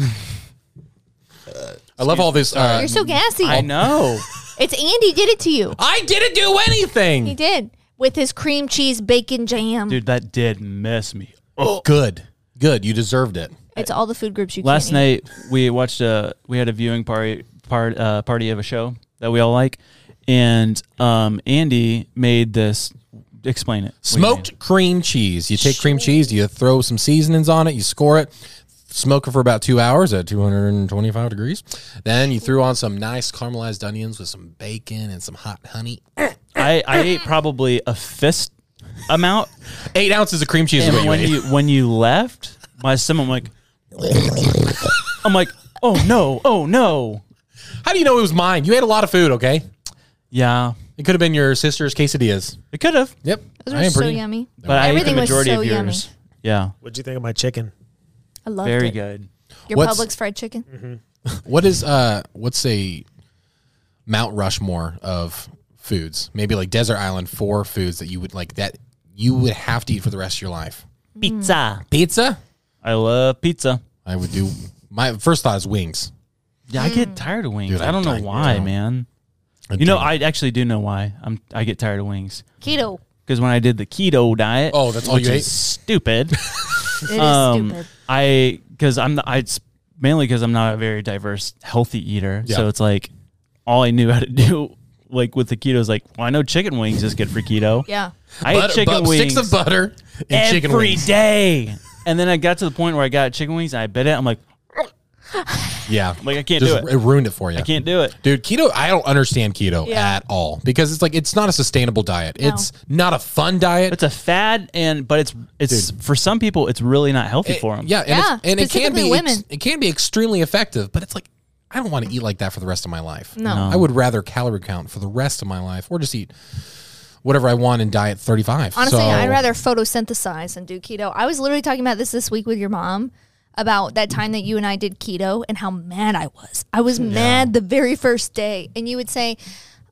[SPEAKER 4] I love all this. Uh,
[SPEAKER 3] You're so gassy.
[SPEAKER 1] I know.
[SPEAKER 3] It's Andy did it to you.
[SPEAKER 4] I didn't do
[SPEAKER 3] He
[SPEAKER 4] anything.
[SPEAKER 3] did. with his cream cheese bacon jam.
[SPEAKER 1] Dude, that did mess me.
[SPEAKER 4] Oh, good, good. You deserved it.
[SPEAKER 3] It's all the food groups you
[SPEAKER 1] Last
[SPEAKER 3] can't eat.
[SPEAKER 1] night we watched a we had a viewing party part uh, party of a show that we all like, and um, Andy made this. Explain it. What do you mean?
[SPEAKER 4] Smoked cream cheese. You take cream cheese, you throw some seasonings on it, you score it, smoke it for about two hours at 225 degrees. Then you threw on some nice caramelized onions with some bacon and some hot honey.
[SPEAKER 1] I, I ate probably a fist amount.
[SPEAKER 4] Eight ounces of cream cheese is what
[SPEAKER 1] And
[SPEAKER 4] you
[SPEAKER 1] when
[SPEAKER 4] ate.
[SPEAKER 1] you when you left, my stomach I'm like I'm like, oh no, oh no.
[SPEAKER 4] How do you know it was mine? You ate a lot of food, okay?
[SPEAKER 1] Yeah.
[SPEAKER 4] It could have been your sister's quesadillas.
[SPEAKER 1] It could have.
[SPEAKER 4] Yep.
[SPEAKER 3] Those
[SPEAKER 4] I
[SPEAKER 3] were
[SPEAKER 4] am
[SPEAKER 3] so
[SPEAKER 4] pretty-
[SPEAKER 3] yummy.
[SPEAKER 1] But I ate the
[SPEAKER 3] Everything was
[SPEAKER 1] majority
[SPEAKER 3] so
[SPEAKER 1] of
[SPEAKER 3] yummy.
[SPEAKER 1] yours. Yeah.
[SPEAKER 6] What'd you think of my chicken?
[SPEAKER 3] I loved
[SPEAKER 1] Very
[SPEAKER 3] it. Mm.
[SPEAKER 1] good. Mm-hmm.
[SPEAKER 3] Your
[SPEAKER 4] What's-
[SPEAKER 3] Publix fried chicken.
[SPEAKER 4] What is uh what's a Mount Rushmore of foods? Maybe like desert island four foods that you would like that you would have to eat for the rest of your life.
[SPEAKER 1] Pizza.
[SPEAKER 4] Pizza?
[SPEAKER 1] I love pizza.
[SPEAKER 4] I would do my first thought is wings.
[SPEAKER 1] Yeah, I
[SPEAKER 3] Mm.
[SPEAKER 1] get tired of wings.
[SPEAKER 4] Dude,
[SPEAKER 1] I don't know
[SPEAKER 4] I'm
[SPEAKER 1] why,
[SPEAKER 4] tired.
[SPEAKER 1] man.
[SPEAKER 4] I
[SPEAKER 1] You know,
[SPEAKER 4] do.
[SPEAKER 1] I actually do know why. I'm I get tired of wings
[SPEAKER 3] Keto.
[SPEAKER 1] because when I did the keto diet,
[SPEAKER 4] Oh, that's all
[SPEAKER 1] which
[SPEAKER 4] you
[SPEAKER 1] is
[SPEAKER 4] ate?
[SPEAKER 1] Stupid.
[SPEAKER 3] It is
[SPEAKER 1] Um,
[SPEAKER 3] stupid.
[SPEAKER 1] I because I'm the, I it's mainly because I'm not a very diverse healthy eater.
[SPEAKER 4] Yeah.
[SPEAKER 1] So it's like all I knew how to do like with the keto is like well I know chicken wings is good for keto.
[SPEAKER 3] Yeah.
[SPEAKER 1] I ate
[SPEAKER 4] Butter-
[SPEAKER 1] chicken
[SPEAKER 4] bu-
[SPEAKER 1] wings
[SPEAKER 4] sticks of butter and
[SPEAKER 1] every
[SPEAKER 4] chicken wings.
[SPEAKER 1] day. And then I got to the point where I got chicken wings and I bit it. I'm like
[SPEAKER 4] Yeah,
[SPEAKER 1] Like, I can't
[SPEAKER 4] Just-
[SPEAKER 1] do it.
[SPEAKER 4] It ruined it for you.
[SPEAKER 1] I can't do it.
[SPEAKER 4] Dude, keto, I don't understand keto
[SPEAKER 3] Yeah.
[SPEAKER 4] at all because it's like it's not a sustainable diet. It's not a fun diet.
[SPEAKER 1] It's a fad and but it's it's for some people it's really not healthy
[SPEAKER 4] It-
[SPEAKER 1] for them.
[SPEAKER 4] Yeah, and, it's-
[SPEAKER 3] Yeah,
[SPEAKER 4] and it can
[SPEAKER 3] specifically
[SPEAKER 4] be
[SPEAKER 3] women.
[SPEAKER 4] ex- it can be extremely effective, but it's like I don't want to eat like that for the rest of my life.
[SPEAKER 3] No.
[SPEAKER 4] I would rather calorie count for the rest of my life, or just eat whatever I want and die at thirty five.
[SPEAKER 3] Honestly,
[SPEAKER 4] so,
[SPEAKER 3] I'd rather photosynthesize and do keto. I was literally talking about this this week with your mom about that time that you and I did keto and how mad I was. I was mad the very first day, and you would say.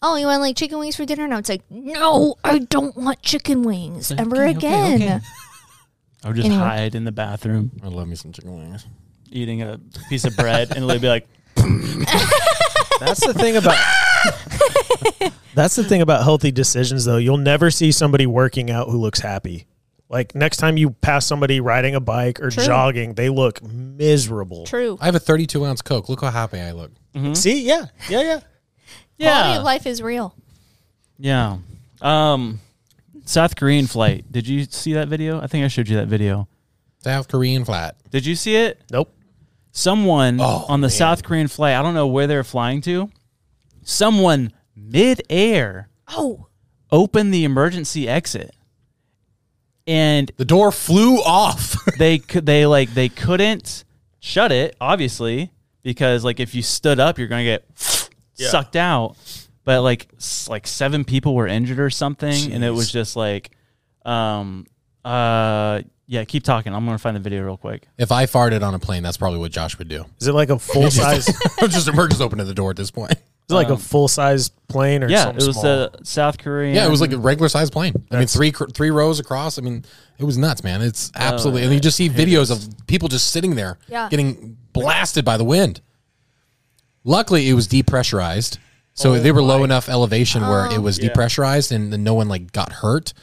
[SPEAKER 3] Oh, you want like chicken wings for dinner? And I would say, No, I don't want chicken wings ever again.
[SPEAKER 1] I would just
[SPEAKER 3] Anyway.
[SPEAKER 1] hide in the bathroom
[SPEAKER 4] I love me some chicken wings.
[SPEAKER 1] eating a piece of bread and they'd be like
[SPEAKER 6] That's the thing about. that's the thing about healthy decisions, though. You'll never see somebody working out who looks happy. Like next time you pass somebody riding a bike or
[SPEAKER 3] True.
[SPEAKER 6] jogging, they look miserable.
[SPEAKER 3] True.
[SPEAKER 4] I have a thirty two ounce Coke. Look how happy I look.
[SPEAKER 6] See, yeah, yeah, yeah.
[SPEAKER 3] Quality
[SPEAKER 1] yeah
[SPEAKER 3] of life is real.
[SPEAKER 1] Yeah. Um, South Korean flight. Did you see that video? I think I showed you that video.
[SPEAKER 4] South Korean flat.
[SPEAKER 1] Did you see it?
[SPEAKER 6] Nope.
[SPEAKER 1] Someone
[SPEAKER 4] Oh,
[SPEAKER 1] on the South Korean flight, I don't know where they're flying to, someone midair
[SPEAKER 3] Oh,
[SPEAKER 1] opened the emergency exit. And
[SPEAKER 4] The door flew off.
[SPEAKER 1] they could they like they couldn't shut it, obviously, because like if you stood up, you're gonna get sucked out. But like s- like seven people were injured or something, and it was just like, um, uh, yeah. Keep talking. I'm gonna find the video real quick.
[SPEAKER 4] if I farted on a plane, that's probably what Josh would do.
[SPEAKER 6] Is it like a full size? is
[SPEAKER 4] I'm just we're just opening the door at this point.
[SPEAKER 6] it like a full size plane or
[SPEAKER 1] Um, Yeah, it
[SPEAKER 6] something
[SPEAKER 1] was
[SPEAKER 6] small?
[SPEAKER 1] the South Korean.
[SPEAKER 4] Yeah, it was like a regular sized plane. I mean, three cr- three rows across. I mean, it was nuts, Oh, man. It's absolutely, and you just see videos of people just sitting there,
[SPEAKER 3] Yeah.
[SPEAKER 4] getting blasted by the wind. Luckily, it was depressurized, so they were low enough elevation where it
[SPEAKER 3] Oh.
[SPEAKER 4] was depressurized, and then no one like got hurt.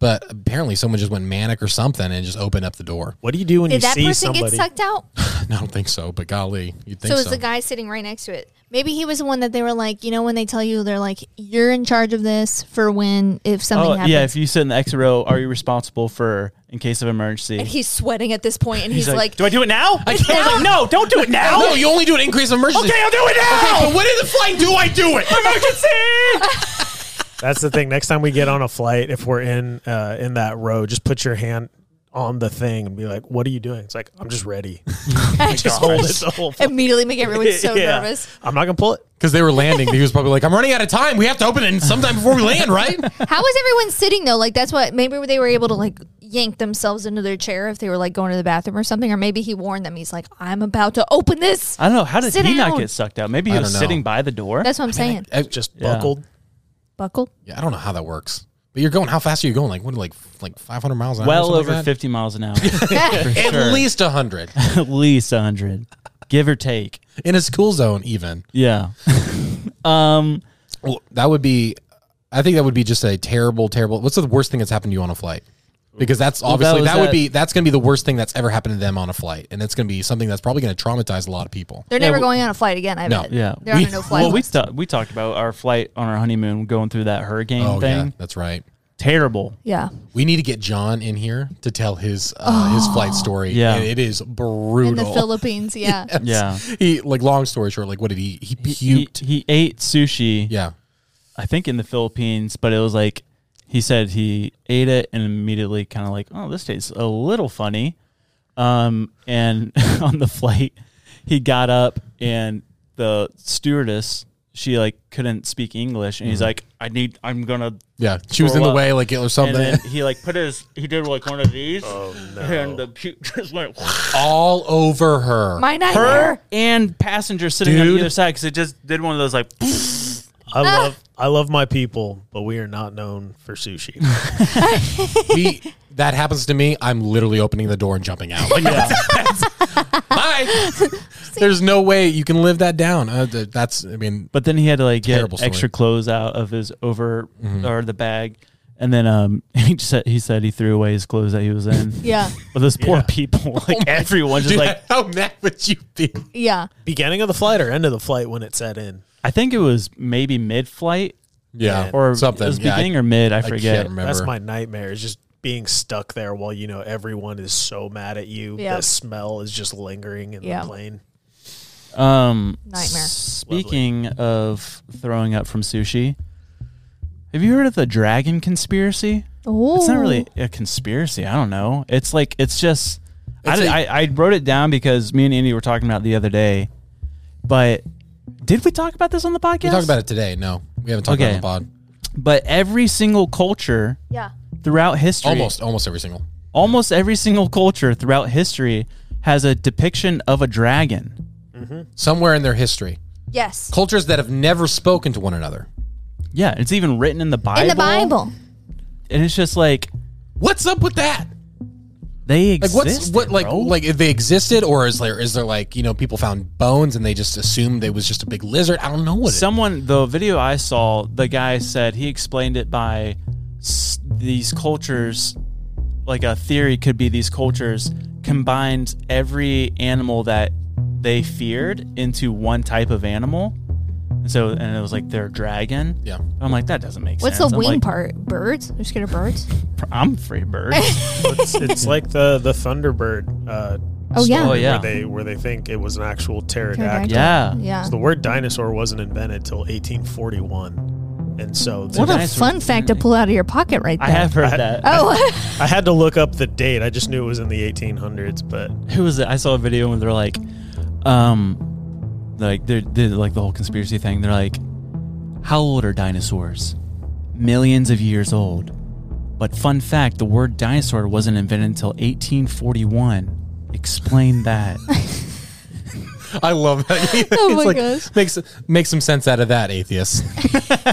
[SPEAKER 4] But apparently, someone just went manic or something and just opened up the door.
[SPEAKER 6] What do you do when you
[SPEAKER 3] did that
[SPEAKER 6] see
[SPEAKER 3] person get
[SPEAKER 6] somebody?
[SPEAKER 3] sucked out?
[SPEAKER 4] I don't think so, but golly, you'd think
[SPEAKER 3] So
[SPEAKER 4] so.
[SPEAKER 3] it was the guy sitting right next to it. Maybe he was the one that they were like, you know, when they tell you they're like, you're in charge of this for when if something
[SPEAKER 1] Oh
[SPEAKER 3] happens.
[SPEAKER 1] yeah, if you sit in the exit row, are you responsible for in case of emergency?
[SPEAKER 3] and he's sweating at this point, and he's, like,
[SPEAKER 1] do I do it now? I
[SPEAKER 3] can't-
[SPEAKER 1] was like, no, don't do it now.
[SPEAKER 4] no, you only do an increase of emergency.
[SPEAKER 1] Okay, I'll do it now.
[SPEAKER 4] Okay, but when in the flight do I do it?
[SPEAKER 1] Emergency!
[SPEAKER 6] That's the thing. Next time we get on a flight, if we're in uh, in that row, just put your hand on the thing and be like, "What are you doing?" It's like I'm just ready. just hold it the whole. flight.
[SPEAKER 3] immediately make everyone so
[SPEAKER 6] Yeah.
[SPEAKER 3] nervous.
[SPEAKER 6] I'm not gonna pull it.
[SPEAKER 4] Because they were landing, he was probably like, "I'm running out of time. We have to open it sometime before we land, right?"
[SPEAKER 3] How was everyone sitting though? Like that's what maybe they were able to like yank themselves into their chair if they were like going to the bathroom or something, or maybe he warned them. He's like, I'm about to open this.
[SPEAKER 1] I don't know. How did
[SPEAKER 3] Sit
[SPEAKER 1] he not
[SPEAKER 3] down.
[SPEAKER 1] get sucked out? Maybe he
[SPEAKER 4] I
[SPEAKER 1] was
[SPEAKER 4] don't know.
[SPEAKER 1] sitting by the door.
[SPEAKER 3] That's what I'm saying.
[SPEAKER 4] I,
[SPEAKER 6] Just
[SPEAKER 1] Yeah.
[SPEAKER 6] buckled.
[SPEAKER 3] Buckle.
[SPEAKER 4] yeah, I don't know how that works. But you're going. How fast are you going? Like what? Like like 500 miles an hour? or
[SPEAKER 1] well
[SPEAKER 4] something
[SPEAKER 1] over
[SPEAKER 4] like that?
[SPEAKER 1] 50 miles an hour.
[SPEAKER 4] At least 100
[SPEAKER 1] At least 100, give or take.
[SPEAKER 4] in a school zone, even.
[SPEAKER 1] Yeah. um,
[SPEAKER 4] Well, that would be I think that would be just a terrible, terrible. What's the worst thing that's happened to you on a flight? Because that's
[SPEAKER 1] that
[SPEAKER 4] obviously
[SPEAKER 1] was
[SPEAKER 4] that, would
[SPEAKER 1] that-
[SPEAKER 4] be that's going to be the worst thing that's ever happened to them on a flight, and it's going to be something that's probably going to traumatize a lot of people.
[SPEAKER 3] They're never going on a flight again. I
[SPEAKER 4] No.
[SPEAKER 3] bet.
[SPEAKER 1] Yeah,
[SPEAKER 3] They're
[SPEAKER 1] we,
[SPEAKER 3] on a no flight
[SPEAKER 1] Well, we
[SPEAKER 3] list.
[SPEAKER 1] ta- we talked about our flight on our honeymoon going through that hurricane
[SPEAKER 4] Oh
[SPEAKER 1] thing.
[SPEAKER 4] yeah, that's right.
[SPEAKER 1] Terrible.
[SPEAKER 3] yeah.
[SPEAKER 4] We need to get John in here to tell his uh, his flight story.
[SPEAKER 1] Oh. Yeah.
[SPEAKER 4] and it is brutal.
[SPEAKER 3] In the Philippines. Yeah.
[SPEAKER 1] Yeah.
[SPEAKER 4] he like long story short, like what did he he
[SPEAKER 1] He,
[SPEAKER 4] puked?
[SPEAKER 1] he ate sushi.
[SPEAKER 4] yeah,
[SPEAKER 1] I think in the Philippines, but it was like he said he ate it and immediately kind of like, oh, this tastes a little funny. Um, and on the flight, he got up and the stewardess, she like couldn't speak English, and
[SPEAKER 4] Mm-hmm.
[SPEAKER 1] he's like, I need, I'm gonna.
[SPEAKER 4] yeah. She was
[SPEAKER 1] Throw
[SPEAKER 4] in the
[SPEAKER 1] up.
[SPEAKER 4] way, like or
[SPEAKER 1] And
[SPEAKER 4] something.
[SPEAKER 1] then he like put his, he did like one of these, and the puke just went.
[SPEAKER 4] all over her.
[SPEAKER 3] My nightmare.
[SPEAKER 1] Her and passenger sitting on
[SPEAKER 4] Dude.
[SPEAKER 1] either side because it just did one of those like.
[SPEAKER 3] Ah.
[SPEAKER 6] I love I love my people, but we are not known for sushi.
[SPEAKER 4] We- that happens to me. I'm literally opening the door and jumping out. Like, bye. There's no way you can live that down. Uh, th- that's. I mean,
[SPEAKER 1] But then he had to like get
[SPEAKER 4] Terrible story. Mm-hmm.
[SPEAKER 1] extra clothes out of his over or the bag, and then um he just said, he said he threw away his clothes that he was in.
[SPEAKER 3] Yeah.
[SPEAKER 1] But those poor people, like everyone, just
[SPEAKER 4] dude,
[SPEAKER 1] like
[SPEAKER 4] how mad would you be?
[SPEAKER 3] Yeah.
[SPEAKER 6] Beginning of the flight or end of the flight when it set in.
[SPEAKER 1] I think it was maybe mid-flight
[SPEAKER 4] Yeah,
[SPEAKER 1] or
[SPEAKER 4] something.
[SPEAKER 1] It was
[SPEAKER 4] Yeah, I-
[SPEAKER 1] beginning or mid, I
[SPEAKER 4] I can't
[SPEAKER 1] forget.
[SPEAKER 4] remember.
[SPEAKER 6] That's my nightmare. Is just being stuck there while you know everyone is so mad at you.
[SPEAKER 3] Yeah.
[SPEAKER 6] The smell is just lingering in
[SPEAKER 3] Yeah.
[SPEAKER 6] the plane.
[SPEAKER 1] Um,
[SPEAKER 3] Nightmare.
[SPEAKER 1] Speaking of throwing up from sushi, have you heard of the dragon conspiracy?
[SPEAKER 3] Oh.
[SPEAKER 1] It's not really a conspiracy. I don't know. It's like it's just. I
[SPEAKER 4] It's
[SPEAKER 1] did-
[SPEAKER 4] a-
[SPEAKER 1] I I wrote it down because me and Andy were talking about it the other day, but did we talk about this on the podcast?
[SPEAKER 4] We talked about it today. No, we haven't talked
[SPEAKER 1] Okay.
[SPEAKER 4] about it on the pod.
[SPEAKER 1] But every single culture
[SPEAKER 3] Yeah.
[SPEAKER 1] throughout history,
[SPEAKER 4] Almost, almost every single.
[SPEAKER 1] almost every single culture throughout history has a depiction of a dragon.
[SPEAKER 4] Somewhere in their history,
[SPEAKER 3] Yes.
[SPEAKER 4] cultures that have never spoken to one another.
[SPEAKER 1] Yeah, it's even written in the Bible.
[SPEAKER 3] In the Bible.
[SPEAKER 1] and it's just like
[SPEAKER 4] What's up with that?
[SPEAKER 1] they
[SPEAKER 4] Like
[SPEAKER 1] exist.
[SPEAKER 4] what's what like like if they existed or is there is there like you know people found bones and they just assumed it was just a big lizard? I don't know what. it-
[SPEAKER 1] Someone, the video I saw, the guy said he explained it by s- these cultures, like a theory could be these cultures combined every animal that they feared into one type of animal. And so, and it was like their dragon.
[SPEAKER 4] yeah.
[SPEAKER 1] I'm like, that doesn't make
[SPEAKER 3] What's
[SPEAKER 1] sense.
[SPEAKER 3] the
[SPEAKER 1] I'm
[SPEAKER 3] wing
[SPEAKER 1] like,
[SPEAKER 3] part? Birds? They're scared of birds?
[SPEAKER 1] I'm free bird.
[SPEAKER 6] It's, it's like the the Thunderbird. Uh,
[SPEAKER 3] Oh, yeah.
[SPEAKER 6] story
[SPEAKER 1] Oh, yeah.
[SPEAKER 6] Where they where they think it was an actual pterodactyl.
[SPEAKER 3] Pterodactyl.
[SPEAKER 1] yeah.
[SPEAKER 3] Yeah.
[SPEAKER 6] So the word dinosaur wasn't invented till 1841, and so they-
[SPEAKER 3] What a
[SPEAKER 1] Dinosaurs.
[SPEAKER 3] fun fact to pull out of your pocket right there.
[SPEAKER 1] I have heard that.
[SPEAKER 3] Oh,
[SPEAKER 6] I had to look up the date. I just knew it was in the 1800s, but
[SPEAKER 1] who was it? I saw a video and they're like, um, like they're, they're like the whole conspiracy thing. They're like, how old are dinosaurs? Millions of years old. But fun fact, the word dinosaur wasn't invented until 1841. Explain that.
[SPEAKER 4] I love that.
[SPEAKER 3] Oh
[SPEAKER 4] It's
[SPEAKER 3] my
[SPEAKER 4] like,
[SPEAKER 3] gosh.
[SPEAKER 4] Makes make some sense out of that, atheist.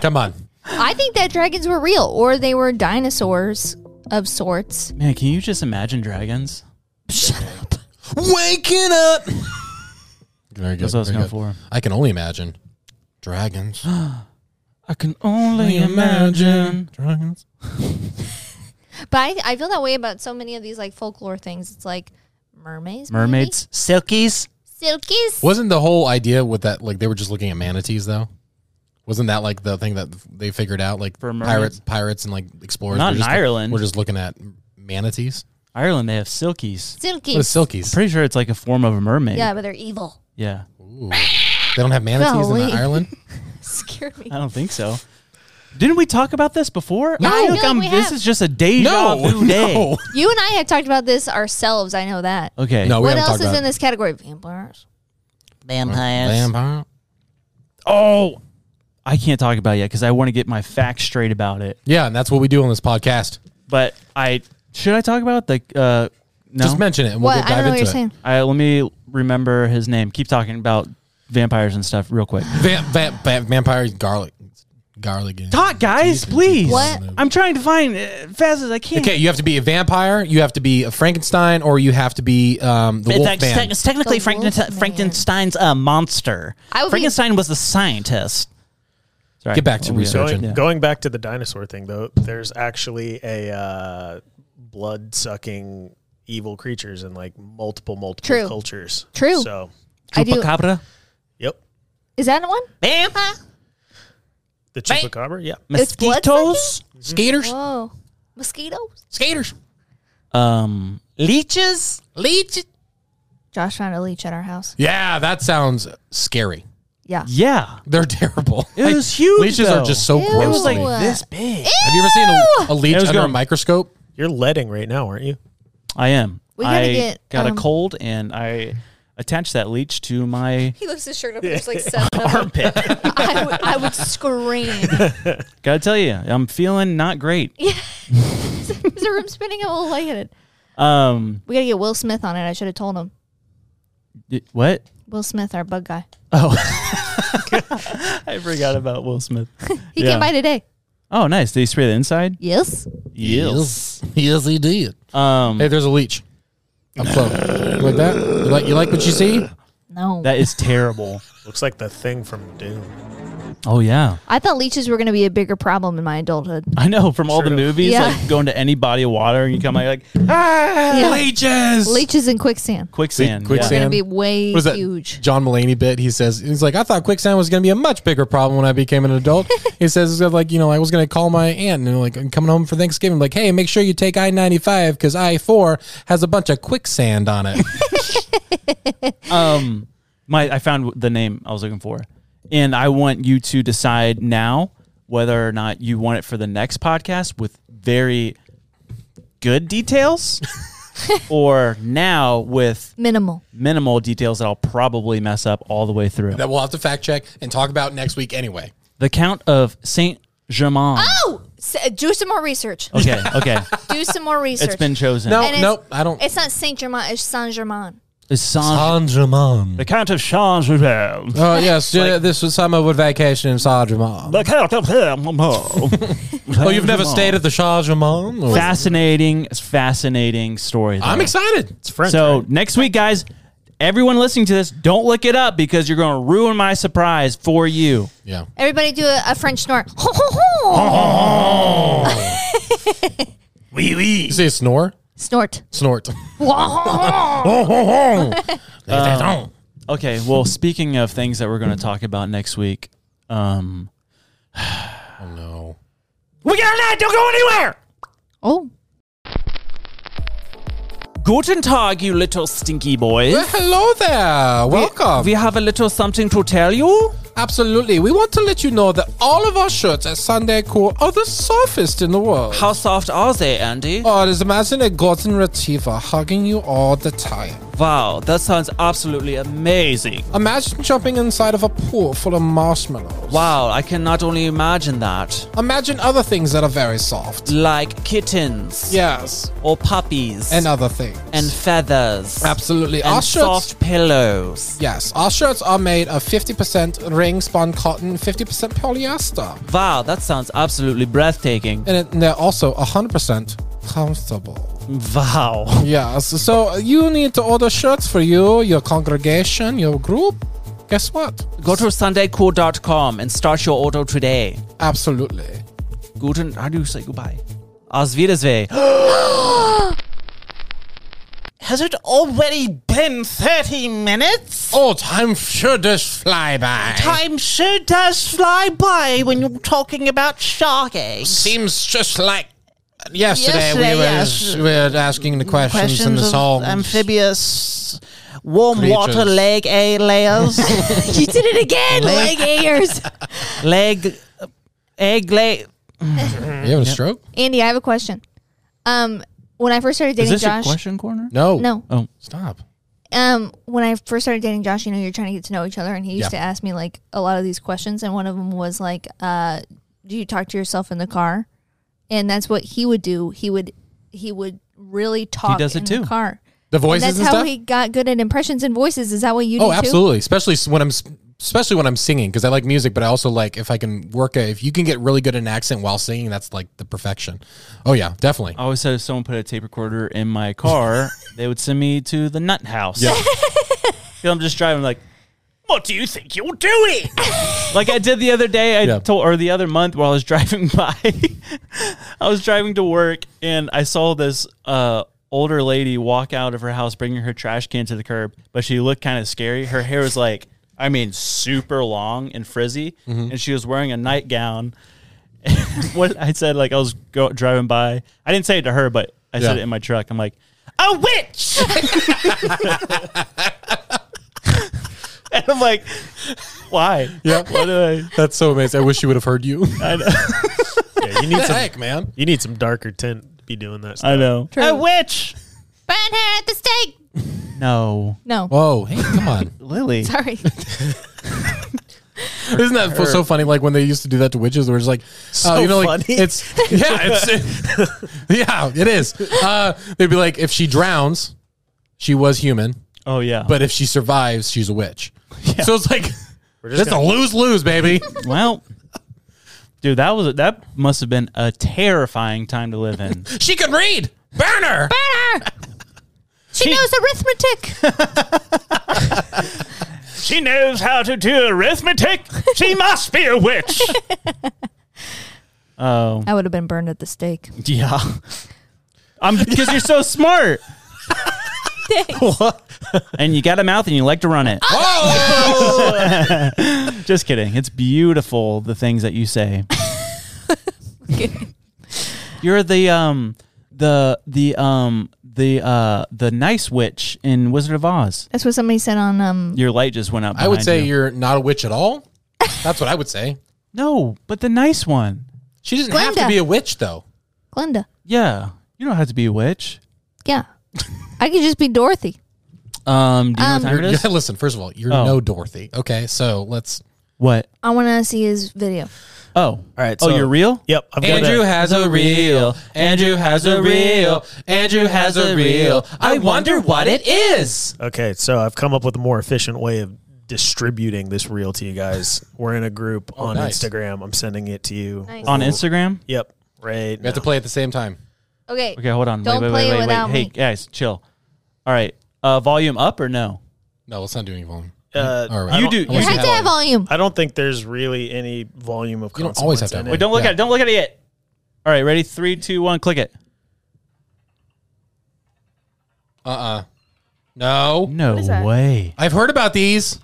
[SPEAKER 4] Come on.
[SPEAKER 3] I think that dragons were real, or they were dinosaurs of sorts.
[SPEAKER 1] Man, can you just imagine dragons?
[SPEAKER 4] Waking up. Very good.
[SPEAKER 1] That's what I was
[SPEAKER 4] very
[SPEAKER 1] going
[SPEAKER 4] good.
[SPEAKER 1] for.
[SPEAKER 4] I can only imagine. Dragons.
[SPEAKER 1] I can only imagine.
[SPEAKER 4] Dragons.
[SPEAKER 3] But I, I feel that way about so many of these like folklore things. It's like mermaids, maybe?
[SPEAKER 1] Mermaids, silkies.
[SPEAKER 3] silkies.
[SPEAKER 4] Wasn't the whole idea with that like they were just looking at manatees though? Wasn't that like the thing that they figured out like
[SPEAKER 1] For mermaids?
[SPEAKER 4] pirates, pirates and like explorers?
[SPEAKER 1] Not
[SPEAKER 4] were
[SPEAKER 1] in
[SPEAKER 4] just,
[SPEAKER 1] Ireland.
[SPEAKER 4] We're just looking at manatees.
[SPEAKER 1] Ireland, they have silkies.
[SPEAKER 3] silkies.
[SPEAKER 4] What is silkies?
[SPEAKER 1] Pretty sure it's like a form of a mermaid.
[SPEAKER 3] yeah, but they're evil.
[SPEAKER 1] Yeah.
[SPEAKER 4] They don't have manatees
[SPEAKER 3] Golly.
[SPEAKER 4] in Ireland.
[SPEAKER 3] Scare me.
[SPEAKER 1] I don't think so. Didn't we talk about this before?
[SPEAKER 3] Yeah, I
[SPEAKER 1] feel
[SPEAKER 3] feel
[SPEAKER 1] like
[SPEAKER 3] like
[SPEAKER 1] I'm-
[SPEAKER 3] we
[SPEAKER 1] this
[SPEAKER 3] have.
[SPEAKER 1] is just a deja vu day.
[SPEAKER 4] no,
[SPEAKER 3] You and I have talked about this ourselves. I know that.
[SPEAKER 1] Okay.
[SPEAKER 4] no. We
[SPEAKER 3] what
[SPEAKER 4] haven't
[SPEAKER 3] else
[SPEAKER 4] talked
[SPEAKER 3] is
[SPEAKER 4] about
[SPEAKER 3] in this category? Vampires.
[SPEAKER 4] Vampires.
[SPEAKER 1] Oh, I can't talk about it yet because I want to get my facts straight about it.
[SPEAKER 4] Yeah, and that's what we do on this podcast.
[SPEAKER 1] But I should I talk about the uh, no?
[SPEAKER 4] Just mention it, and we'll
[SPEAKER 3] what?
[SPEAKER 4] dive
[SPEAKER 3] I don't know what
[SPEAKER 4] into
[SPEAKER 3] you're saying.
[SPEAKER 4] it.
[SPEAKER 1] I, let me remember his name. Keep talking about vampires and stuff real quick.
[SPEAKER 4] Vamp, vamp, vamp, vampire garlic, garlic. and-
[SPEAKER 1] Talk, guys, please.
[SPEAKER 3] What?
[SPEAKER 1] I'm trying to find uh, fast as I can.
[SPEAKER 4] Okay, you have to be a vampire, you have to be a Frankenstein, or you have to be um, the wolf man.
[SPEAKER 1] technically
[SPEAKER 3] The Franken- Wolfman.
[SPEAKER 1] Frankenstein's uh, monster.
[SPEAKER 3] I would be-
[SPEAKER 1] Frankenstein was the scientist. Sorry.
[SPEAKER 4] Get back to
[SPEAKER 1] Oh, yeah.
[SPEAKER 4] researching.
[SPEAKER 6] Going, going back to the dinosaur thing, though, there's actually a uh, blood sucking evil creatures in like multiple, multiple
[SPEAKER 3] True.
[SPEAKER 6] cultures.
[SPEAKER 3] True.
[SPEAKER 6] So,
[SPEAKER 3] I do.
[SPEAKER 9] Chupacabra?
[SPEAKER 6] yep.
[SPEAKER 3] Is that one?
[SPEAKER 6] The chupacabra, yeah.
[SPEAKER 3] It's blood
[SPEAKER 9] Mosquitoes?
[SPEAKER 4] Skaters,
[SPEAKER 3] Whoa. Mosquitoes?
[SPEAKER 4] skaters,
[SPEAKER 9] Um, leeches?
[SPEAKER 4] leech.
[SPEAKER 3] Josh found a leech at our house.
[SPEAKER 4] Yeah, that sounds scary.
[SPEAKER 3] Yeah.
[SPEAKER 9] Yeah.
[SPEAKER 4] They're terrible.
[SPEAKER 9] It was huge.
[SPEAKER 4] Leeches
[SPEAKER 9] though.
[SPEAKER 4] are just so
[SPEAKER 3] Ew.
[SPEAKER 4] gross.
[SPEAKER 3] It
[SPEAKER 9] was
[SPEAKER 4] to
[SPEAKER 9] like
[SPEAKER 4] me.
[SPEAKER 9] this big.
[SPEAKER 4] Have you ever seen a, a leech
[SPEAKER 1] It was
[SPEAKER 4] under a
[SPEAKER 1] going-
[SPEAKER 4] microscope?
[SPEAKER 6] You're letting right now, aren't you?
[SPEAKER 1] I am.
[SPEAKER 3] We gotta
[SPEAKER 1] I
[SPEAKER 3] get,
[SPEAKER 1] got
[SPEAKER 3] um,
[SPEAKER 1] a cold and I attached that leech to my
[SPEAKER 3] He lifts his shirt up and there's like seven of them. I would- I would scream.
[SPEAKER 1] Gotta tell you, I'm feeling not great.
[SPEAKER 3] Is the room spinning? I will lay in it.
[SPEAKER 1] Um,
[SPEAKER 3] We gotta get Will Smith on it. I should have told him.
[SPEAKER 1] y- what?
[SPEAKER 3] Will Smith, our bug guy.
[SPEAKER 1] I forgot about Will Smith.
[SPEAKER 3] He
[SPEAKER 1] Yeah.
[SPEAKER 3] came by today.
[SPEAKER 1] Oh, nice. Did he spray the inside?
[SPEAKER 3] Yes.
[SPEAKER 4] Yes, yes, he did.
[SPEAKER 1] Um,
[SPEAKER 4] Hey, there's a leech. Up close. You like that? You like, you like what you see?
[SPEAKER 3] No.
[SPEAKER 1] that is terrible.
[SPEAKER 6] Looks like the thing from Doom.
[SPEAKER 1] oh yeah,
[SPEAKER 3] I thought leeches were gonna be a bigger problem in my adulthood.
[SPEAKER 1] I know. From all the movies,
[SPEAKER 3] Yeah.
[SPEAKER 1] like going to any body of water and you come out, like
[SPEAKER 3] Yeah.
[SPEAKER 4] Leeches.
[SPEAKER 3] Leeches and quicksand.
[SPEAKER 1] quicksand. yeah.
[SPEAKER 3] It's gonna
[SPEAKER 4] Quicksand.
[SPEAKER 3] be way
[SPEAKER 4] What is that?
[SPEAKER 3] huge.
[SPEAKER 4] John Mulaney bit. He says he's like, I thought quicksand was going to be a much bigger problem when I became an adult. he says it's like you know I was going to call my aunt and like I'm coming home for Thanksgiving. Like, hey, make sure you take I ninety five because I four has a bunch of quicksand on it.
[SPEAKER 1] um my I found the name I was looking for. And I want you to decide now whether or not you want it for the next podcast with very good details or now with
[SPEAKER 3] Minimal.
[SPEAKER 1] minimal details that I'll probably mess up all the way through.
[SPEAKER 4] that we'll have to fact check and talk about next week anyway.
[SPEAKER 1] The Count of Saint Germain.
[SPEAKER 3] Oh, s- do some more research.
[SPEAKER 1] Okay, okay.
[SPEAKER 3] Do some more research.
[SPEAKER 1] it's been chosen.
[SPEAKER 4] No,
[SPEAKER 3] And it's-
[SPEAKER 4] Oh, nope, I don't.
[SPEAKER 3] It's not Saint Germain. It's Saint Germain.
[SPEAKER 1] It's Saint-
[SPEAKER 4] Sandraman.
[SPEAKER 1] the Count of Saint Germain.
[SPEAKER 4] Oh yes, this was summer with vacation in Sandraman.
[SPEAKER 1] The Count of Saint Germain.
[SPEAKER 4] Oh, you've never stayed at the Sandraman?
[SPEAKER 1] Fascinating, fascinating story.
[SPEAKER 4] I'm
[SPEAKER 1] though.
[SPEAKER 4] excited.
[SPEAKER 6] It's French.
[SPEAKER 1] So
[SPEAKER 6] right?
[SPEAKER 1] next week, guys, everyone listening to this, don't look it up because you're going to ruin my surprise for you.
[SPEAKER 4] Yeah.
[SPEAKER 3] Everybody do a, a French snort.
[SPEAKER 4] You say snore,
[SPEAKER 3] Snort. Oh.
[SPEAKER 4] snort. Um,
[SPEAKER 1] Okay. Well, speaking of things that we're going to talk about next week, um,
[SPEAKER 4] Oh no.
[SPEAKER 9] We got that. Don't go anywhere.
[SPEAKER 3] Oh.
[SPEAKER 9] Guten Tag, you little stinky boys.
[SPEAKER 4] Well, hello there. Welcome.
[SPEAKER 9] We have a little something to tell you.
[SPEAKER 4] Absolutely. We want to let you know that all of our shirts at Sunday Cool are the softest in the world.
[SPEAKER 9] How soft are they, Andy?
[SPEAKER 4] Oh, just imagine a golden retriever hugging you all the time.
[SPEAKER 9] Wow, that sounds absolutely amazing.
[SPEAKER 4] Imagine jumping inside of a pool full of marshmallows.
[SPEAKER 9] Wow, I can not only imagine that.
[SPEAKER 4] Imagine other things that are very soft.
[SPEAKER 9] Like kittens.
[SPEAKER 4] Yes.
[SPEAKER 9] Or puppies.
[SPEAKER 4] And other things.
[SPEAKER 9] and feathers.
[SPEAKER 4] Absolutely.
[SPEAKER 9] And
[SPEAKER 4] our shirts.
[SPEAKER 9] soft pillows.
[SPEAKER 4] Yes, our shirts are made of 50% ring spun cotton, 50% polyester,
[SPEAKER 9] Wow, that sounds absolutely breathtaking.
[SPEAKER 4] and it- and they're also 100% comfortable.
[SPEAKER 9] Wow.
[SPEAKER 4] Yes. So you need to order shirts for you, your congregation, your group. Guess what?
[SPEAKER 9] Go to sundaycool.com and start your order today.
[SPEAKER 4] Absolutely.
[SPEAKER 9] Guten, how do you say goodbye? Aus Wiedersehen.
[SPEAKER 10] Has it already been 30 minutes?
[SPEAKER 4] Oh, time sure does fly by.
[SPEAKER 10] Time sure does fly by when you're talking about shark eggs.
[SPEAKER 4] seems just like yesterday,
[SPEAKER 10] Yesterday,
[SPEAKER 4] we, were,
[SPEAKER 10] yes.
[SPEAKER 4] we were asking the questions, and the
[SPEAKER 10] of
[SPEAKER 4] songs.
[SPEAKER 10] amphibious warm
[SPEAKER 4] Creatures.
[SPEAKER 10] water leg a layers
[SPEAKER 3] You did it again. Leg ears.
[SPEAKER 10] leg egg lay
[SPEAKER 4] you having a stroke?
[SPEAKER 3] Andy, I have a question. Um, when I first started
[SPEAKER 1] is
[SPEAKER 3] dating
[SPEAKER 1] this
[SPEAKER 3] Josh,
[SPEAKER 1] your question corner?
[SPEAKER 4] No.
[SPEAKER 3] no,
[SPEAKER 1] Oh,
[SPEAKER 4] Stop.
[SPEAKER 3] um, when I first started dating Josh, you know, you're trying to get to know each other, and he used
[SPEAKER 4] Yeah.
[SPEAKER 3] to ask me like a lot of these questions, and one of them was like, uh, "Do you talk to yourself in the car?" And that's what he would do. He would he would really talk
[SPEAKER 1] does
[SPEAKER 3] in
[SPEAKER 1] it
[SPEAKER 3] the
[SPEAKER 1] too.
[SPEAKER 3] car.
[SPEAKER 4] The
[SPEAKER 3] And
[SPEAKER 4] voices
[SPEAKER 3] that's
[SPEAKER 4] and
[SPEAKER 3] how
[SPEAKER 4] stuff.
[SPEAKER 3] he got good at impressions and voices. Is that what you do
[SPEAKER 4] oh,
[SPEAKER 3] too?
[SPEAKER 4] absolutely. Especially s- when I'm s- especially when I'm singing because I like music, but I also like if I can work a, if you can get really good at an accent while singing, that's like the perfection. Oh yeah, definitely.
[SPEAKER 1] I always said if someone put a tape recorder in my car, they would send me to the nut house.
[SPEAKER 4] Yeah.
[SPEAKER 1] 'Cause I'm just driving like,
[SPEAKER 10] What do you think you're doing? like I did the other day, I
[SPEAKER 4] Yeah.
[SPEAKER 10] told, or the other month while I was driving by, I was driving to work and I saw this uh, older lady walk out of her house, bringing her trash can to the curb, but she looked kind of scary. Her hair was like, I mean, super long and frizzy, and she was wearing a nightgown. what I said, like I was go- driving by, I didn't say it to her, but I said
[SPEAKER 4] Yeah.
[SPEAKER 10] it in my truck. I'm like, a witch. And I'm like, why? Yeah. What do I?
[SPEAKER 4] That's so amazing. I wish you would have heard you.
[SPEAKER 6] Yeah, you need some.
[SPEAKER 4] Heck, man.
[SPEAKER 6] You need some darker tint to be doing that. Stuff.
[SPEAKER 10] I know.
[SPEAKER 3] True.
[SPEAKER 10] A witch.
[SPEAKER 3] Burn her at the stake.
[SPEAKER 10] No,
[SPEAKER 3] No,
[SPEAKER 4] Whoa, hey, come on.
[SPEAKER 10] Lily.
[SPEAKER 3] sorry.
[SPEAKER 4] Isn't that f- so funny? Like when they used to do that to witches, where it's like, so you know, like
[SPEAKER 6] funny.
[SPEAKER 4] it's yeah, it's yeah, it is. Uh, they'd be like, if she drowns, she was human,
[SPEAKER 10] Oh yeah.
[SPEAKER 4] but if she survives, she's a witch. So it's like
[SPEAKER 6] just
[SPEAKER 4] it's a lose lose, baby.
[SPEAKER 10] well, dude, that was that must have been a terrifying time to live in.
[SPEAKER 4] she could read, burn her.
[SPEAKER 3] She knows arithmetic.
[SPEAKER 10] she knows how to do arithmetic. She must be a witch. Oh
[SPEAKER 3] I would have been burned at the stake.
[SPEAKER 10] yeah. I'm because you're so smart. and you got a mouth and you like to run it.
[SPEAKER 4] Whoa!
[SPEAKER 10] Just kidding. It's beautiful the things that you say. You're the um the the um the uh the nice witch in Wizard of Oz.
[SPEAKER 3] That's what somebody said on um.
[SPEAKER 10] Your light just went up.
[SPEAKER 4] I would
[SPEAKER 10] behind
[SPEAKER 4] say
[SPEAKER 10] you.
[SPEAKER 4] you're not a witch at all. That's what I would say.
[SPEAKER 10] no, but the nice one.
[SPEAKER 4] She doesn't have to
[SPEAKER 3] Glenda.
[SPEAKER 4] be a witch though.
[SPEAKER 3] Glenda.
[SPEAKER 10] Yeah, you don't have to be a witch.
[SPEAKER 3] Yeah, I could just be Dorothy.
[SPEAKER 10] Um, do you know
[SPEAKER 3] Um,
[SPEAKER 10] what time it is?
[SPEAKER 4] Listen, first of all, you're
[SPEAKER 10] Oh.
[SPEAKER 4] no Dorothy. Okay, so let's.
[SPEAKER 10] What?
[SPEAKER 3] I want to see his video.
[SPEAKER 10] Oh, all
[SPEAKER 6] right,
[SPEAKER 10] oh,
[SPEAKER 6] so-
[SPEAKER 10] you're real.
[SPEAKER 6] Yep. I've got
[SPEAKER 4] Andrew
[SPEAKER 6] that.
[SPEAKER 4] has a reel. Andrew has a reel. Andrew has a reel. I wonder what it is.
[SPEAKER 6] Okay, so I've come up with a more efficient way of distributing this reel to you guys. We're in a group on
[SPEAKER 4] nice.
[SPEAKER 6] Instagram. I'm sending it to you.
[SPEAKER 3] Nice.
[SPEAKER 10] On Instagram.
[SPEAKER 6] Yep. Right.
[SPEAKER 4] We have to play at the same time.
[SPEAKER 3] Okay.
[SPEAKER 10] Okay, hold on.
[SPEAKER 3] Don't
[SPEAKER 10] wait, wait,
[SPEAKER 3] play
[SPEAKER 10] wait, wait,
[SPEAKER 3] without
[SPEAKER 10] wait.
[SPEAKER 3] me.
[SPEAKER 10] Hey guys, chill. All right, uh, volume up or no?
[SPEAKER 4] No, let's not do any volume.
[SPEAKER 6] Uh,
[SPEAKER 4] All right.
[SPEAKER 6] I
[SPEAKER 10] You
[SPEAKER 6] don't-
[SPEAKER 10] do.
[SPEAKER 3] You
[SPEAKER 10] you-
[SPEAKER 3] have to have volume.
[SPEAKER 6] I don't think there's really any volume of.
[SPEAKER 4] You don't always have to have
[SPEAKER 6] consequence in
[SPEAKER 4] one.
[SPEAKER 6] it.
[SPEAKER 10] Wait, don't look
[SPEAKER 4] Yeah.
[SPEAKER 10] at it. Don't look at it yet. All right, ready? Three, two, one. Click it.
[SPEAKER 4] Uh uh No.
[SPEAKER 10] No
[SPEAKER 3] that?
[SPEAKER 10] way.
[SPEAKER 4] I've heard about these.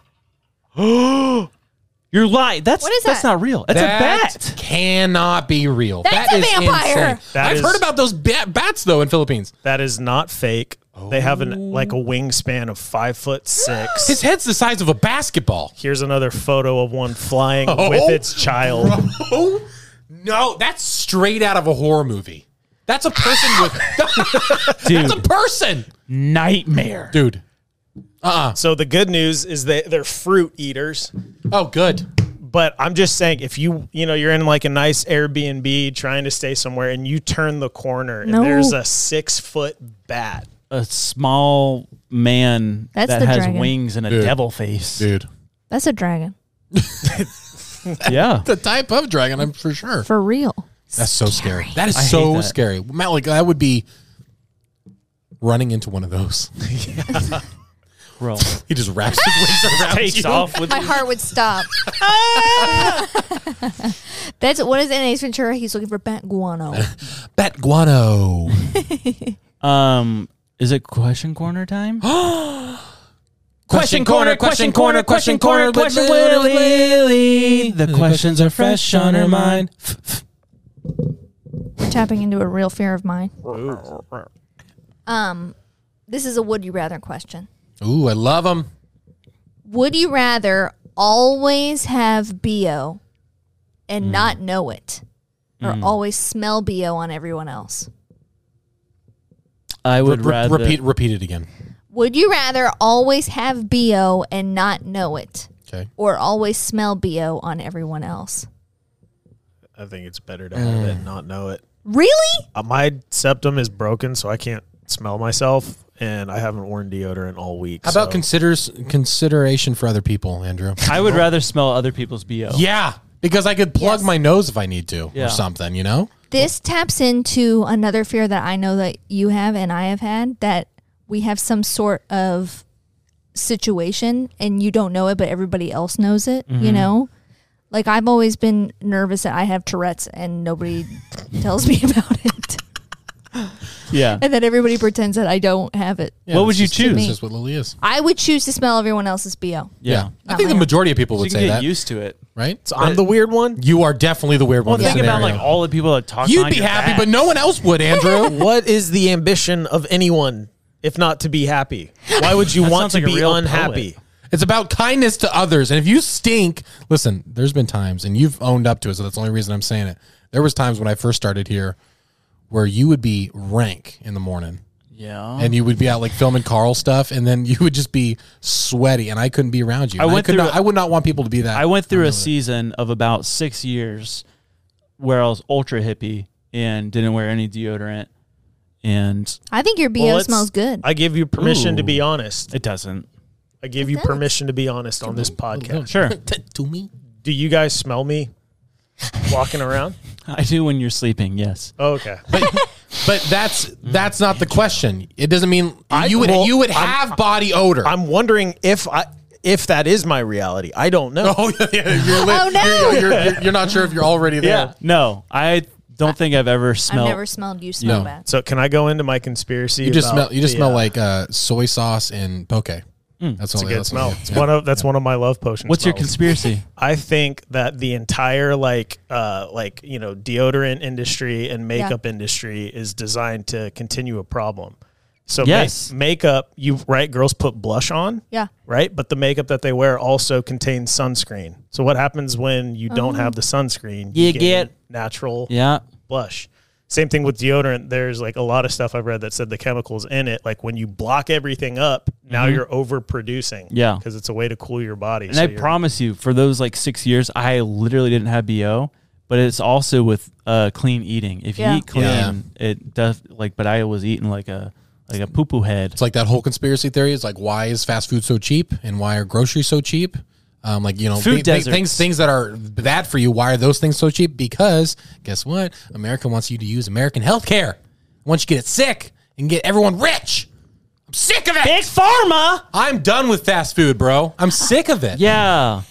[SPEAKER 10] You're lying. That's
[SPEAKER 3] What is
[SPEAKER 10] that's
[SPEAKER 3] that?
[SPEAKER 10] not real. That's
[SPEAKER 4] That
[SPEAKER 10] a bat.
[SPEAKER 4] Cannot be real.
[SPEAKER 3] That's
[SPEAKER 4] That
[SPEAKER 3] a
[SPEAKER 4] is
[SPEAKER 3] vampire.
[SPEAKER 4] insane.
[SPEAKER 6] That
[SPEAKER 4] I've
[SPEAKER 6] is-
[SPEAKER 4] heard about those bat- bats though in Philippines.
[SPEAKER 6] That is not fake. They have an like a wingspan of five foot six.
[SPEAKER 4] His head's the size of a basketball.
[SPEAKER 6] Here's another photo of one flying
[SPEAKER 4] Oh,
[SPEAKER 6] with its child.
[SPEAKER 4] Oh no, that's straight out of a horror movie. That's a person with. that's a
[SPEAKER 10] Dude,
[SPEAKER 4] person,
[SPEAKER 10] nightmare.
[SPEAKER 4] dude.
[SPEAKER 6] So the good news is that they're fruit eaters.
[SPEAKER 4] Oh, good.
[SPEAKER 6] But I'm just saying, if you you know you're in like a nice Airbnb trying to stay somewhere, and you turn the corner and
[SPEAKER 3] No.
[SPEAKER 6] there's a six foot bat.
[SPEAKER 10] A small man
[SPEAKER 3] That's
[SPEAKER 10] that
[SPEAKER 3] the
[SPEAKER 10] has
[SPEAKER 3] dragon.
[SPEAKER 10] wings and a
[SPEAKER 4] Dude.
[SPEAKER 10] devil face.
[SPEAKER 4] Dude.
[SPEAKER 3] That's a dragon
[SPEAKER 10] Yeah.
[SPEAKER 4] The type of dragon, I'm for sure.
[SPEAKER 3] for real.
[SPEAKER 4] That's so scary. That is
[SPEAKER 10] I hate
[SPEAKER 4] so
[SPEAKER 10] that.
[SPEAKER 4] scary. Matt, like that would be running into one of those.
[SPEAKER 10] Roll.
[SPEAKER 4] he just wraps his wings around
[SPEAKER 10] Takes
[SPEAKER 4] you.
[SPEAKER 10] off with
[SPEAKER 3] My heart would stop. That's what is in Ace Ventura? He's looking for bat guano.
[SPEAKER 4] Bat guano.
[SPEAKER 10] um is it question corner time?
[SPEAKER 4] question corner, question corner, question corner, question Lily.
[SPEAKER 10] The questions are fresh on her mind.
[SPEAKER 3] Tapping into a real fear of mine. Um, this is a would you rather question.
[SPEAKER 4] Ooh, I love him.
[SPEAKER 3] Would you rather always have bo and not know it, or always smell bo on everyone else?
[SPEAKER 10] I would rather
[SPEAKER 4] repeat repeat it again.
[SPEAKER 3] Would you rather always have bo and not know it,
[SPEAKER 4] Okay.
[SPEAKER 3] or always smell bo on everyone else?
[SPEAKER 6] I think it's better to have it and not know it.
[SPEAKER 3] Really?
[SPEAKER 6] Uh, my septum is broken, so I can't smell myself, and I haven't worn deodorant all week.
[SPEAKER 4] How about
[SPEAKER 6] so-
[SPEAKER 4] considers consideration for other people, Andrew?
[SPEAKER 10] I would rather smell other people's BO.
[SPEAKER 4] yeah, because I could plug
[SPEAKER 3] Yes.
[SPEAKER 4] my nose if I need to
[SPEAKER 10] Yeah.
[SPEAKER 4] or something, you know?
[SPEAKER 3] This taps into another fear that I know that you have and I have had that we have some sort of situation and you don't know it, but everybody else knows it, you know? Like I've always been nervous that I have Tourette's and nobody tells me about it.
[SPEAKER 10] Yeah.
[SPEAKER 3] And then everybody pretends that I don't have it.
[SPEAKER 10] what would you
[SPEAKER 4] That's
[SPEAKER 10] choose?
[SPEAKER 4] just what Lily is.
[SPEAKER 3] I would choose to smell everyone else's BO.
[SPEAKER 10] Yeah.
[SPEAKER 4] I think the
[SPEAKER 3] mine.
[SPEAKER 4] majority of people
[SPEAKER 10] So
[SPEAKER 4] would
[SPEAKER 10] you can
[SPEAKER 4] say
[SPEAKER 10] get
[SPEAKER 4] that,
[SPEAKER 10] used to it.
[SPEAKER 4] right?
[SPEAKER 6] So I'm the weird one.
[SPEAKER 4] You are definitely the weird
[SPEAKER 10] Well,
[SPEAKER 4] one. in
[SPEAKER 10] think
[SPEAKER 4] this
[SPEAKER 10] about like
[SPEAKER 4] scenario.
[SPEAKER 10] all the people that talk.
[SPEAKER 4] You'd
[SPEAKER 10] behind
[SPEAKER 4] be
[SPEAKER 10] your
[SPEAKER 4] happy,
[SPEAKER 10] back.
[SPEAKER 4] but no one else would, Andrew.
[SPEAKER 6] What is the ambition of anyone if not to be happy? Why would you
[SPEAKER 10] That
[SPEAKER 6] want
[SPEAKER 10] sounds
[SPEAKER 6] to
[SPEAKER 10] like a
[SPEAKER 6] be
[SPEAKER 10] real
[SPEAKER 6] unhappy?
[SPEAKER 10] poet.
[SPEAKER 4] It's about kindness to others. And if you stink, listen, there's been times, and you've owned up to it, so that's the only reason I'm saying it. There was times when I first started here where you would be rank in the morning.
[SPEAKER 10] Yeah.
[SPEAKER 4] And you would be out like filming Carl stuff, and then you would just be sweaty, and I couldn't be around you.
[SPEAKER 10] I
[SPEAKER 4] And
[SPEAKER 10] went
[SPEAKER 4] could
[SPEAKER 10] through
[SPEAKER 4] not,
[SPEAKER 10] a-
[SPEAKER 4] I would not want people to be that.
[SPEAKER 10] I went through a season of about six years where I was ultra hippie and didn't wear any deodorant, and
[SPEAKER 3] I think your BO
[SPEAKER 6] Well, it's-
[SPEAKER 3] smells good.
[SPEAKER 6] I give you permission to be
[SPEAKER 10] Ooh.
[SPEAKER 6] honest.
[SPEAKER 10] it doesn't.
[SPEAKER 6] I give you permission to be honest on this podcast.
[SPEAKER 10] Sure,
[SPEAKER 4] to me.
[SPEAKER 6] Do you guys smell me walking around?
[SPEAKER 10] I do when you're sleeping. Yes.
[SPEAKER 6] Oh, okay.
[SPEAKER 4] But that's that's not the question. It doesn't mean
[SPEAKER 6] I-
[SPEAKER 4] you would
[SPEAKER 6] well,
[SPEAKER 4] you would
[SPEAKER 6] I'm-
[SPEAKER 4] have body odor.
[SPEAKER 6] I'm wondering if I if that is my reality. I don't know.
[SPEAKER 4] oh yeah, yeah, you're, li-
[SPEAKER 3] Oh, no.
[SPEAKER 4] you're, you're, you're, you're not sure if you're already there.
[SPEAKER 6] Yeah.
[SPEAKER 10] No, I don't think I've ever
[SPEAKER 3] I've
[SPEAKER 10] smelled.
[SPEAKER 3] never smelled you smell
[SPEAKER 4] No.
[SPEAKER 3] bad.
[SPEAKER 6] So can I go into my conspiracy?
[SPEAKER 4] You just
[SPEAKER 6] about
[SPEAKER 4] smell. You just
[SPEAKER 6] the,
[SPEAKER 4] smell
[SPEAKER 6] uh,
[SPEAKER 4] like uh, soy sauce and poke. that's
[SPEAKER 6] it's
[SPEAKER 4] all.
[SPEAKER 6] a good
[SPEAKER 4] that's
[SPEAKER 6] smell.
[SPEAKER 4] all-
[SPEAKER 6] It's
[SPEAKER 4] yeah.
[SPEAKER 6] one of that's one of my love potions.
[SPEAKER 10] What's your
[SPEAKER 6] smells.
[SPEAKER 10] conspiracy?
[SPEAKER 6] I think that the entire like uh like you know deodorant industry and makeup industry is designed to continue a problem. So ma-
[SPEAKER 10] Yes.
[SPEAKER 6] makeup you right girls put blush on.
[SPEAKER 3] Yeah.
[SPEAKER 6] Right? But the makeup that they wear also contains sunscreen. So what happens when you don't have the sunscreen?
[SPEAKER 10] You get-
[SPEAKER 6] natural
[SPEAKER 10] yeah.
[SPEAKER 6] blush. Same thing with deodorant. There's like a lot of stuff I've read that said the chemicals in it, like when you block everything up, now you're overproducing.
[SPEAKER 10] Yeah.
[SPEAKER 6] Because it's a way to cool your body.
[SPEAKER 10] And I promise you, for those like six years, I literally didn't have bo. But it's also with uh, clean eating. If
[SPEAKER 3] Yeah.
[SPEAKER 10] you eat clean,
[SPEAKER 4] Yeah.
[SPEAKER 10] it does. Like, but I was eating like a like a poo poo head.
[SPEAKER 4] It's like that whole conspiracy theory. It's like why is fast food so cheap and why are groceries so cheap? Um, like you know,
[SPEAKER 10] Food
[SPEAKER 4] thi- thi-
[SPEAKER 10] deserts.
[SPEAKER 4] things things that are bad for you. Why are those things so cheap? Because guess what? America wants you to use American health care. Once you get it sick and get everyone rich, I'm sick of it.
[SPEAKER 10] Big pharma.
[SPEAKER 4] I'm done with fast food, bro. I'm sick of it.
[SPEAKER 10] Yeah.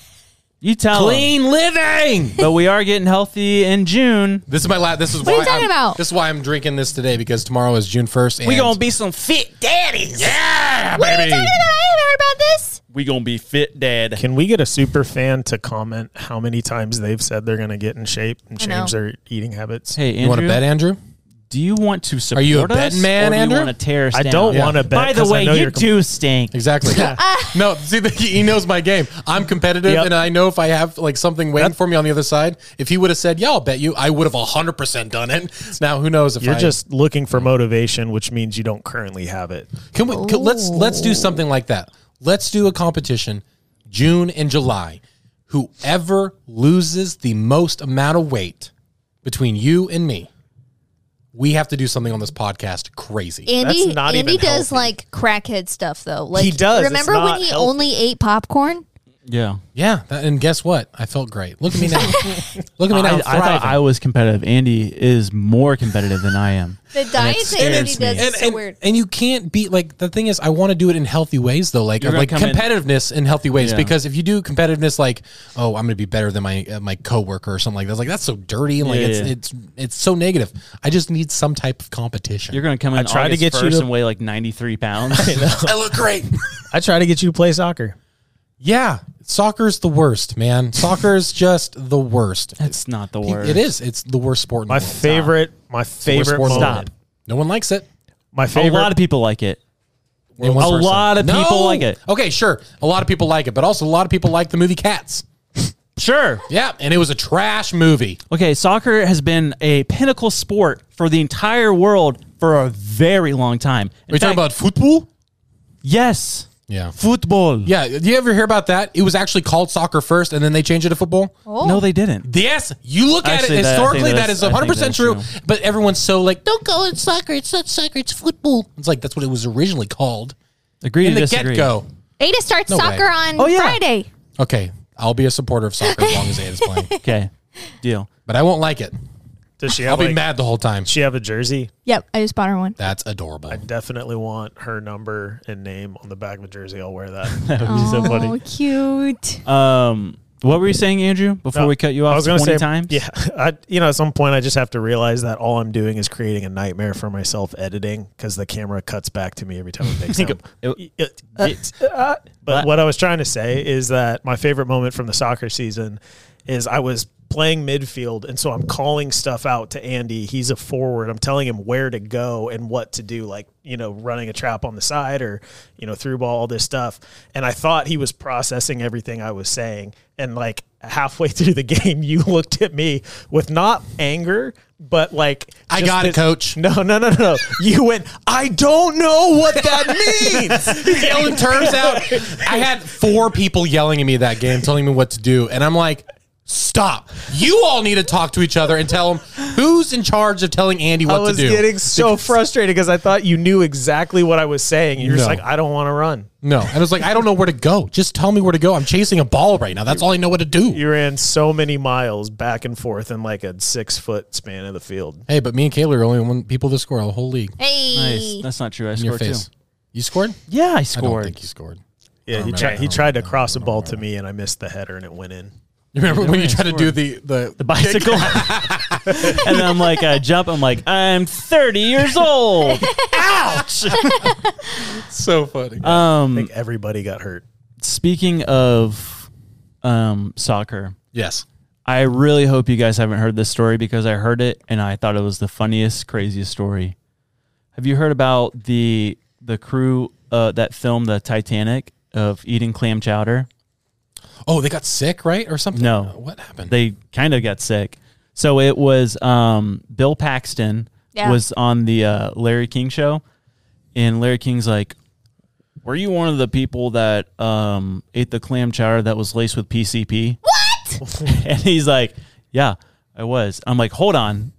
[SPEAKER 10] You tell 'em.
[SPEAKER 4] clean living.
[SPEAKER 10] but we are getting healthy in June.
[SPEAKER 4] This is my last. This is
[SPEAKER 3] are
[SPEAKER 4] why
[SPEAKER 3] you talking
[SPEAKER 4] I'm,
[SPEAKER 3] about?
[SPEAKER 4] This is why I'm drinking this today because tomorrow is June first.
[SPEAKER 1] We gonna be some fit daddies.
[SPEAKER 4] yeah,
[SPEAKER 3] What are you
[SPEAKER 4] baby.
[SPEAKER 3] talking about? I haven't heard about this.
[SPEAKER 10] We gonna be fit, Dad.
[SPEAKER 6] Can we get a super fan to comment how many times they've said they're going to get in shape and
[SPEAKER 3] I know.
[SPEAKER 6] change their eating habits?
[SPEAKER 10] Hey, Andrew,
[SPEAKER 4] You want to bet, Andrew?
[SPEAKER 10] do you want to support
[SPEAKER 4] you a
[SPEAKER 10] us,
[SPEAKER 4] betting man,
[SPEAKER 10] or do
[SPEAKER 4] Andrew?
[SPEAKER 10] you want to tear us
[SPEAKER 6] I
[SPEAKER 10] down?
[SPEAKER 6] don't want to bet.
[SPEAKER 10] By the
[SPEAKER 6] 'cause I
[SPEAKER 10] way,
[SPEAKER 6] know
[SPEAKER 10] you
[SPEAKER 6] you're com-
[SPEAKER 10] do stink.
[SPEAKER 4] Exactly.
[SPEAKER 3] Uh,
[SPEAKER 4] no, see, the, he knows my game. I'm competitive,
[SPEAKER 6] Yep.
[SPEAKER 4] and I know if I have like something waiting for me on the other side. If he would have said, "Yeah, I'll bet you," I would have 100 percent done it. Now, who knows if
[SPEAKER 6] You're
[SPEAKER 4] I
[SPEAKER 6] just looking for motivation, which means you don't currently have it.
[SPEAKER 4] can we can, let's let's do something like that. Let's do a competition, June and July. Whoever loses the most amount of weight between you and me, we have to do something on this podcast crazy.
[SPEAKER 3] Andy,
[SPEAKER 6] not
[SPEAKER 3] Andy
[SPEAKER 6] even
[SPEAKER 3] does
[SPEAKER 6] healthy.
[SPEAKER 3] like crackhead stuff though. Like
[SPEAKER 6] He does. It's
[SPEAKER 3] Remember
[SPEAKER 6] not
[SPEAKER 3] when he
[SPEAKER 6] healthy.
[SPEAKER 3] only ate popcorn?
[SPEAKER 10] Yeah,
[SPEAKER 4] Yeah, that, and guess what? I felt great. Look at me now. Look at me
[SPEAKER 10] I,
[SPEAKER 4] now.
[SPEAKER 10] I thought I was competitive. Andy is more competitive than I am.
[SPEAKER 3] The diet that Andy
[SPEAKER 10] scares me.
[SPEAKER 3] does
[SPEAKER 4] and,
[SPEAKER 3] is so
[SPEAKER 4] and,
[SPEAKER 3] weird.
[SPEAKER 4] and you can't beat like the thing is I want to do it in healthy ways though like
[SPEAKER 10] You're gonna
[SPEAKER 4] like
[SPEAKER 10] come in-
[SPEAKER 4] competitiveness in, healthy ways
[SPEAKER 10] Yeah.
[SPEAKER 4] because if you do competitiveness like oh I'm gonna be better than my uh, my coworker or something like that it's like that's so dirty and like
[SPEAKER 10] Yeah,
[SPEAKER 4] it's
[SPEAKER 10] yeah.
[SPEAKER 4] it's it's so negative I just need some type of competition
[SPEAKER 10] You're gonna come in.
[SPEAKER 6] I tried to
[SPEAKER 10] August
[SPEAKER 6] get you
[SPEAKER 10] 1st
[SPEAKER 6] to-
[SPEAKER 10] and weigh like 93 pounds.
[SPEAKER 4] I look great
[SPEAKER 6] I try to get you to play soccer.
[SPEAKER 4] yeah soccer's the worst man soccer's just the worst
[SPEAKER 10] That's not the
[SPEAKER 4] Pe-
[SPEAKER 10] word.
[SPEAKER 4] it is it's the worst sport in
[SPEAKER 6] My
[SPEAKER 4] the world.
[SPEAKER 6] favorite, my
[SPEAKER 4] Worst
[SPEAKER 6] favorite
[SPEAKER 4] sport in the world.
[SPEAKER 6] moment.
[SPEAKER 4] no one likes it
[SPEAKER 6] My
[SPEAKER 10] A
[SPEAKER 6] favorite.
[SPEAKER 10] lot of people like it.
[SPEAKER 4] In one
[SPEAKER 10] A lot of people like it.
[SPEAKER 4] Okay, sure. A lot of people like it, but also a lot of people like the movie Cats.
[SPEAKER 10] Sure.
[SPEAKER 4] Yeah, and it was a trash movie.
[SPEAKER 10] Okay, soccer has been a pinnacle sport for the entire world for a very long time. In
[SPEAKER 4] Are you talking
[SPEAKER 10] fact-
[SPEAKER 4] about football?
[SPEAKER 10] yes,
[SPEAKER 4] Yeah.
[SPEAKER 10] football?
[SPEAKER 4] Yeah. Do you ever hear about that? It was actually called soccer first, and then they changed it to football.
[SPEAKER 10] No, they didn't.
[SPEAKER 4] Yes, you look
[SPEAKER 10] Actually,
[SPEAKER 4] at it
[SPEAKER 10] that- I think
[SPEAKER 4] historically. that
[SPEAKER 10] that's-
[SPEAKER 4] is
[SPEAKER 10] I
[SPEAKER 4] one
[SPEAKER 10] think
[SPEAKER 4] hundred percent
[SPEAKER 10] that's
[SPEAKER 4] true.
[SPEAKER 10] true.
[SPEAKER 4] But everyone's so like, don't go in soccer. It's not soccer. It's football. It's like that's what it was originally called
[SPEAKER 10] Agree
[SPEAKER 4] in
[SPEAKER 10] to
[SPEAKER 4] the get
[SPEAKER 10] disagree.
[SPEAKER 4] go.
[SPEAKER 3] Ada starts
[SPEAKER 4] No
[SPEAKER 3] soccer
[SPEAKER 4] way.
[SPEAKER 3] on
[SPEAKER 10] Oh, yeah.
[SPEAKER 3] Friday.
[SPEAKER 4] Okay, I'll be a supporter of soccer as long as Ada's playing,
[SPEAKER 10] Okay, deal.
[SPEAKER 4] but I won't like it.
[SPEAKER 6] Does she
[SPEAKER 4] I'll
[SPEAKER 6] have
[SPEAKER 4] be
[SPEAKER 6] like-
[SPEAKER 4] mad the whole time.
[SPEAKER 6] Does she have a jersey?
[SPEAKER 3] Yep, I just bought her one.
[SPEAKER 4] That's adorable.
[SPEAKER 6] I definitely want her number and name on the back of a jersey. I'll wear that.
[SPEAKER 10] That would be so
[SPEAKER 3] Oh,
[SPEAKER 10] funny.
[SPEAKER 3] cute.
[SPEAKER 10] Um, what were you saying, Andrew? Before
[SPEAKER 6] No,
[SPEAKER 10] we cut you
[SPEAKER 6] I
[SPEAKER 10] off
[SPEAKER 6] was gonna
[SPEAKER 10] twenty
[SPEAKER 6] say,
[SPEAKER 10] times?
[SPEAKER 6] Yeah, I, you know, at some point, I just have to realize that all I'm doing is creating a nightmare for myself editing because the camera cuts back to me every time it makes them.
[SPEAKER 10] It-
[SPEAKER 6] But what I was trying to say is that my favorite moment from the soccer season is I was playing midfield, and so I'm calling stuff out to Andy. He's a forward. I'm telling him where to go and what to do, like you know, running a trap on the side or you know, through ball, all this stuff. And I thought he was processing everything I was saying, and like halfway through the game, you looked at me with not anger. But like,
[SPEAKER 4] I
[SPEAKER 6] just
[SPEAKER 4] got it, coach.
[SPEAKER 6] No, no, no, no, no. You went. I don't know what that means.
[SPEAKER 4] yelling terms out. I had four people yelling at me that game, telling me what to do, and I'm like, "Stop! You all need to talk to each other and tell them who's in charge of telling Andy what
[SPEAKER 6] I was
[SPEAKER 4] to do."
[SPEAKER 6] getting so frustrated because I thought you knew exactly what I was saying. You're just
[SPEAKER 4] No.
[SPEAKER 6] like, I don't want to run.
[SPEAKER 4] no, and I was like, "I don't know where to go. Just tell me where to go. I'm chasing a ball right now. That's all I know what to do."
[SPEAKER 6] You ran so many miles back and forth in like a six foot span of the field.
[SPEAKER 4] Hey, but me and Kayla are only one people that score the whole league.
[SPEAKER 3] Hey.
[SPEAKER 10] Nice. That's not true. I
[SPEAKER 4] In your
[SPEAKER 10] scored too.
[SPEAKER 4] face, you scored.
[SPEAKER 10] Yeah, I
[SPEAKER 4] I don't
[SPEAKER 10] scored.
[SPEAKER 4] think you scored.
[SPEAKER 6] Yeah, he
[SPEAKER 4] man.
[SPEAKER 6] tried. He tried to cross a ball to me, and I missed the header, and it went in.
[SPEAKER 4] You remember when you tried to do the the,
[SPEAKER 10] the bicycle. and then I'm like, I jump. I'm like, I'm 30 years old. Ouch.
[SPEAKER 4] so funny.
[SPEAKER 6] I
[SPEAKER 10] Um,
[SPEAKER 6] think everybody got hurt.
[SPEAKER 10] speaking of um, soccer,
[SPEAKER 4] yes.
[SPEAKER 10] I really hope you guys haven't heard this story because I heard it and I thought it was the funniest, craziest story. Have you heard about the the crew uh, that filmed the Titanic of eating clam chowder?
[SPEAKER 4] Oh, they got sick, right, or something?
[SPEAKER 10] No.
[SPEAKER 4] What happened?
[SPEAKER 10] they kind of got sick. So it was um, Bill Paxton
[SPEAKER 3] Yeah.
[SPEAKER 10] was on the uh, Larry King show, and Larry King's like, "Were you one of the people that um, ate the clam chowder that was laced with PCP?" What? and he's like, "Yeah, I was." I'm like, "Hold on,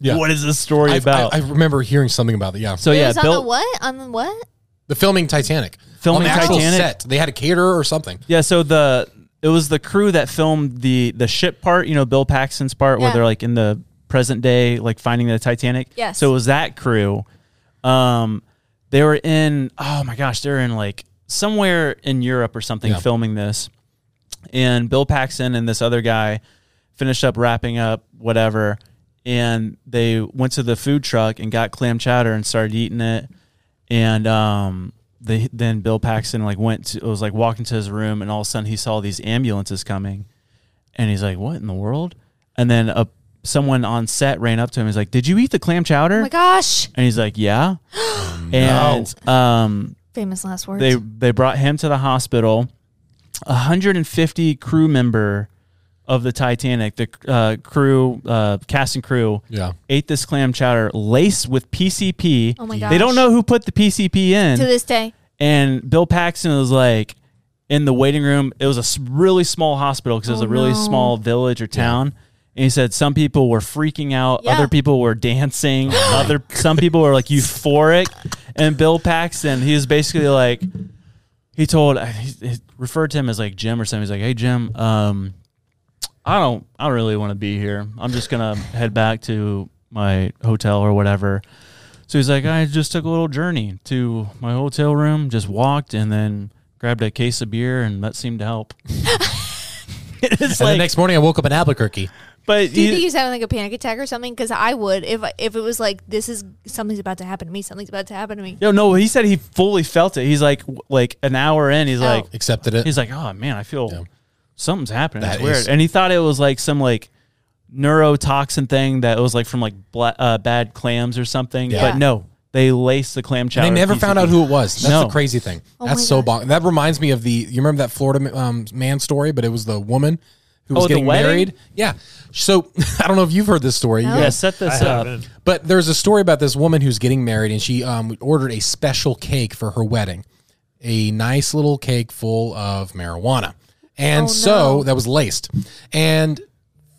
[SPEAKER 4] Yeah.
[SPEAKER 10] what is this story
[SPEAKER 4] I,
[SPEAKER 10] about?"
[SPEAKER 4] I, I remember hearing something about that. Yeah.
[SPEAKER 1] Oh,
[SPEAKER 10] so
[SPEAKER 3] it
[SPEAKER 10] yeah,
[SPEAKER 3] was on the
[SPEAKER 10] Bill.
[SPEAKER 3] what? On the what?
[SPEAKER 4] The filming Titanic.
[SPEAKER 10] Filming
[SPEAKER 4] On the actual
[SPEAKER 10] Titanic?
[SPEAKER 4] set. They had a caterer or something.
[SPEAKER 10] Yeah, so the it was the crew that filmed the the ship part, you know, Bill Paxton's part where
[SPEAKER 3] Yeah.
[SPEAKER 10] they're like in the present day, like finding the Titanic.
[SPEAKER 3] Yes.
[SPEAKER 10] So it was that crew. Um they were in oh my gosh, they were in like somewhere in Europe or something
[SPEAKER 4] Yeah.
[SPEAKER 10] filming this. And Bill Paxton and this other guy finished up wrapping up whatever and they went to the food truck and got clam chowder and started eating it and um they, then Bill Paxton like went to was like walking to his room and all of a sudden he saw these ambulances coming and he's like what in the world and then a someone on set ran up to him he's like did you eat the clam chowder
[SPEAKER 3] Oh my gosh.
[SPEAKER 10] and he's like yeah and um
[SPEAKER 3] Famous last words.
[SPEAKER 10] they they brought him to the hospital. 150 crew member of the Titanic, the uh, crew, uh, cast and crew,
[SPEAKER 4] Yeah.
[SPEAKER 10] ate this clam chowder laced with PCP.
[SPEAKER 3] Oh my
[SPEAKER 10] They
[SPEAKER 3] gosh.
[SPEAKER 10] don't know who put the PCP in.
[SPEAKER 3] to this day.
[SPEAKER 10] and Bill Paxton was like in the waiting room. It was a s- really small hospital because it was a really
[SPEAKER 3] Oh, no.
[SPEAKER 10] small village or town. And he said some people were freaking out,
[SPEAKER 3] Yeah.
[SPEAKER 10] other people were dancing, other some people were like euphoric. And Bill Paxton, he was basically like, he told, he, he referred to him as like Jim or something. He's like, "Hey Jim, um, I don't, I don't really want to be here. I'm just gonna head back to my hotel or whatever." So he's like, I just took a little journey to my hotel room, just walked, and then grabbed a case of beer, and that seemed to help. it's
[SPEAKER 4] And
[SPEAKER 10] like,
[SPEAKER 4] the next morning I woke up in Albuquerque.
[SPEAKER 10] but
[SPEAKER 3] Do you
[SPEAKER 10] you-
[SPEAKER 3] think he's having like a panic attack or something? Because I would if if it was like this is something's about to happen to me. Something's about to happen to me.
[SPEAKER 10] no, no, he said he fully felt it. He's like, w- like an hour in, he's
[SPEAKER 3] Oh.
[SPEAKER 10] like,
[SPEAKER 4] Accepted it.
[SPEAKER 10] he's like, oh man, I feel
[SPEAKER 4] Yeah.
[SPEAKER 10] something's happening.
[SPEAKER 4] That
[SPEAKER 10] it's weird,
[SPEAKER 4] is-
[SPEAKER 10] and he thought it was like some like neurotoxin thing that was like from like bla- uh, bad clams or something.
[SPEAKER 4] Yeah.
[SPEAKER 10] But no, they laced the clam chowder.
[SPEAKER 4] they never
[SPEAKER 10] piece
[SPEAKER 4] found
[SPEAKER 10] of
[SPEAKER 4] out
[SPEAKER 10] meat.
[SPEAKER 4] who it was. That's
[SPEAKER 10] No.
[SPEAKER 4] the crazy thing.
[SPEAKER 3] my
[SPEAKER 4] That's so
[SPEAKER 3] God.
[SPEAKER 4] bon- That reminds me of the. You remember that Florida um, man story, but it was the woman who was
[SPEAKER 10] Oh, the
[SPEAKER 4] getting
[SPEAKER 10] wedding?
[SPEAKER 4] married. Yeah. So I don't know if you've heard this story. You
[SPEAKER 10] Yeah,
[SPEAKER 4] guys-
[SPEAKER 10] set this
[SPEAKER 4] Uh,
[SPEAKER 6] I
[SPEAKER 10] up.
[SPEAKER 6] haven't.
[SPEAKER 4] But there's a story about this woman who's getting married, and she um, ordered a special cake for her wedding, a nice little cake full of marijuana,
[SPEAKER 3] Oh,
[SPEAKER 4] and so that was laced. And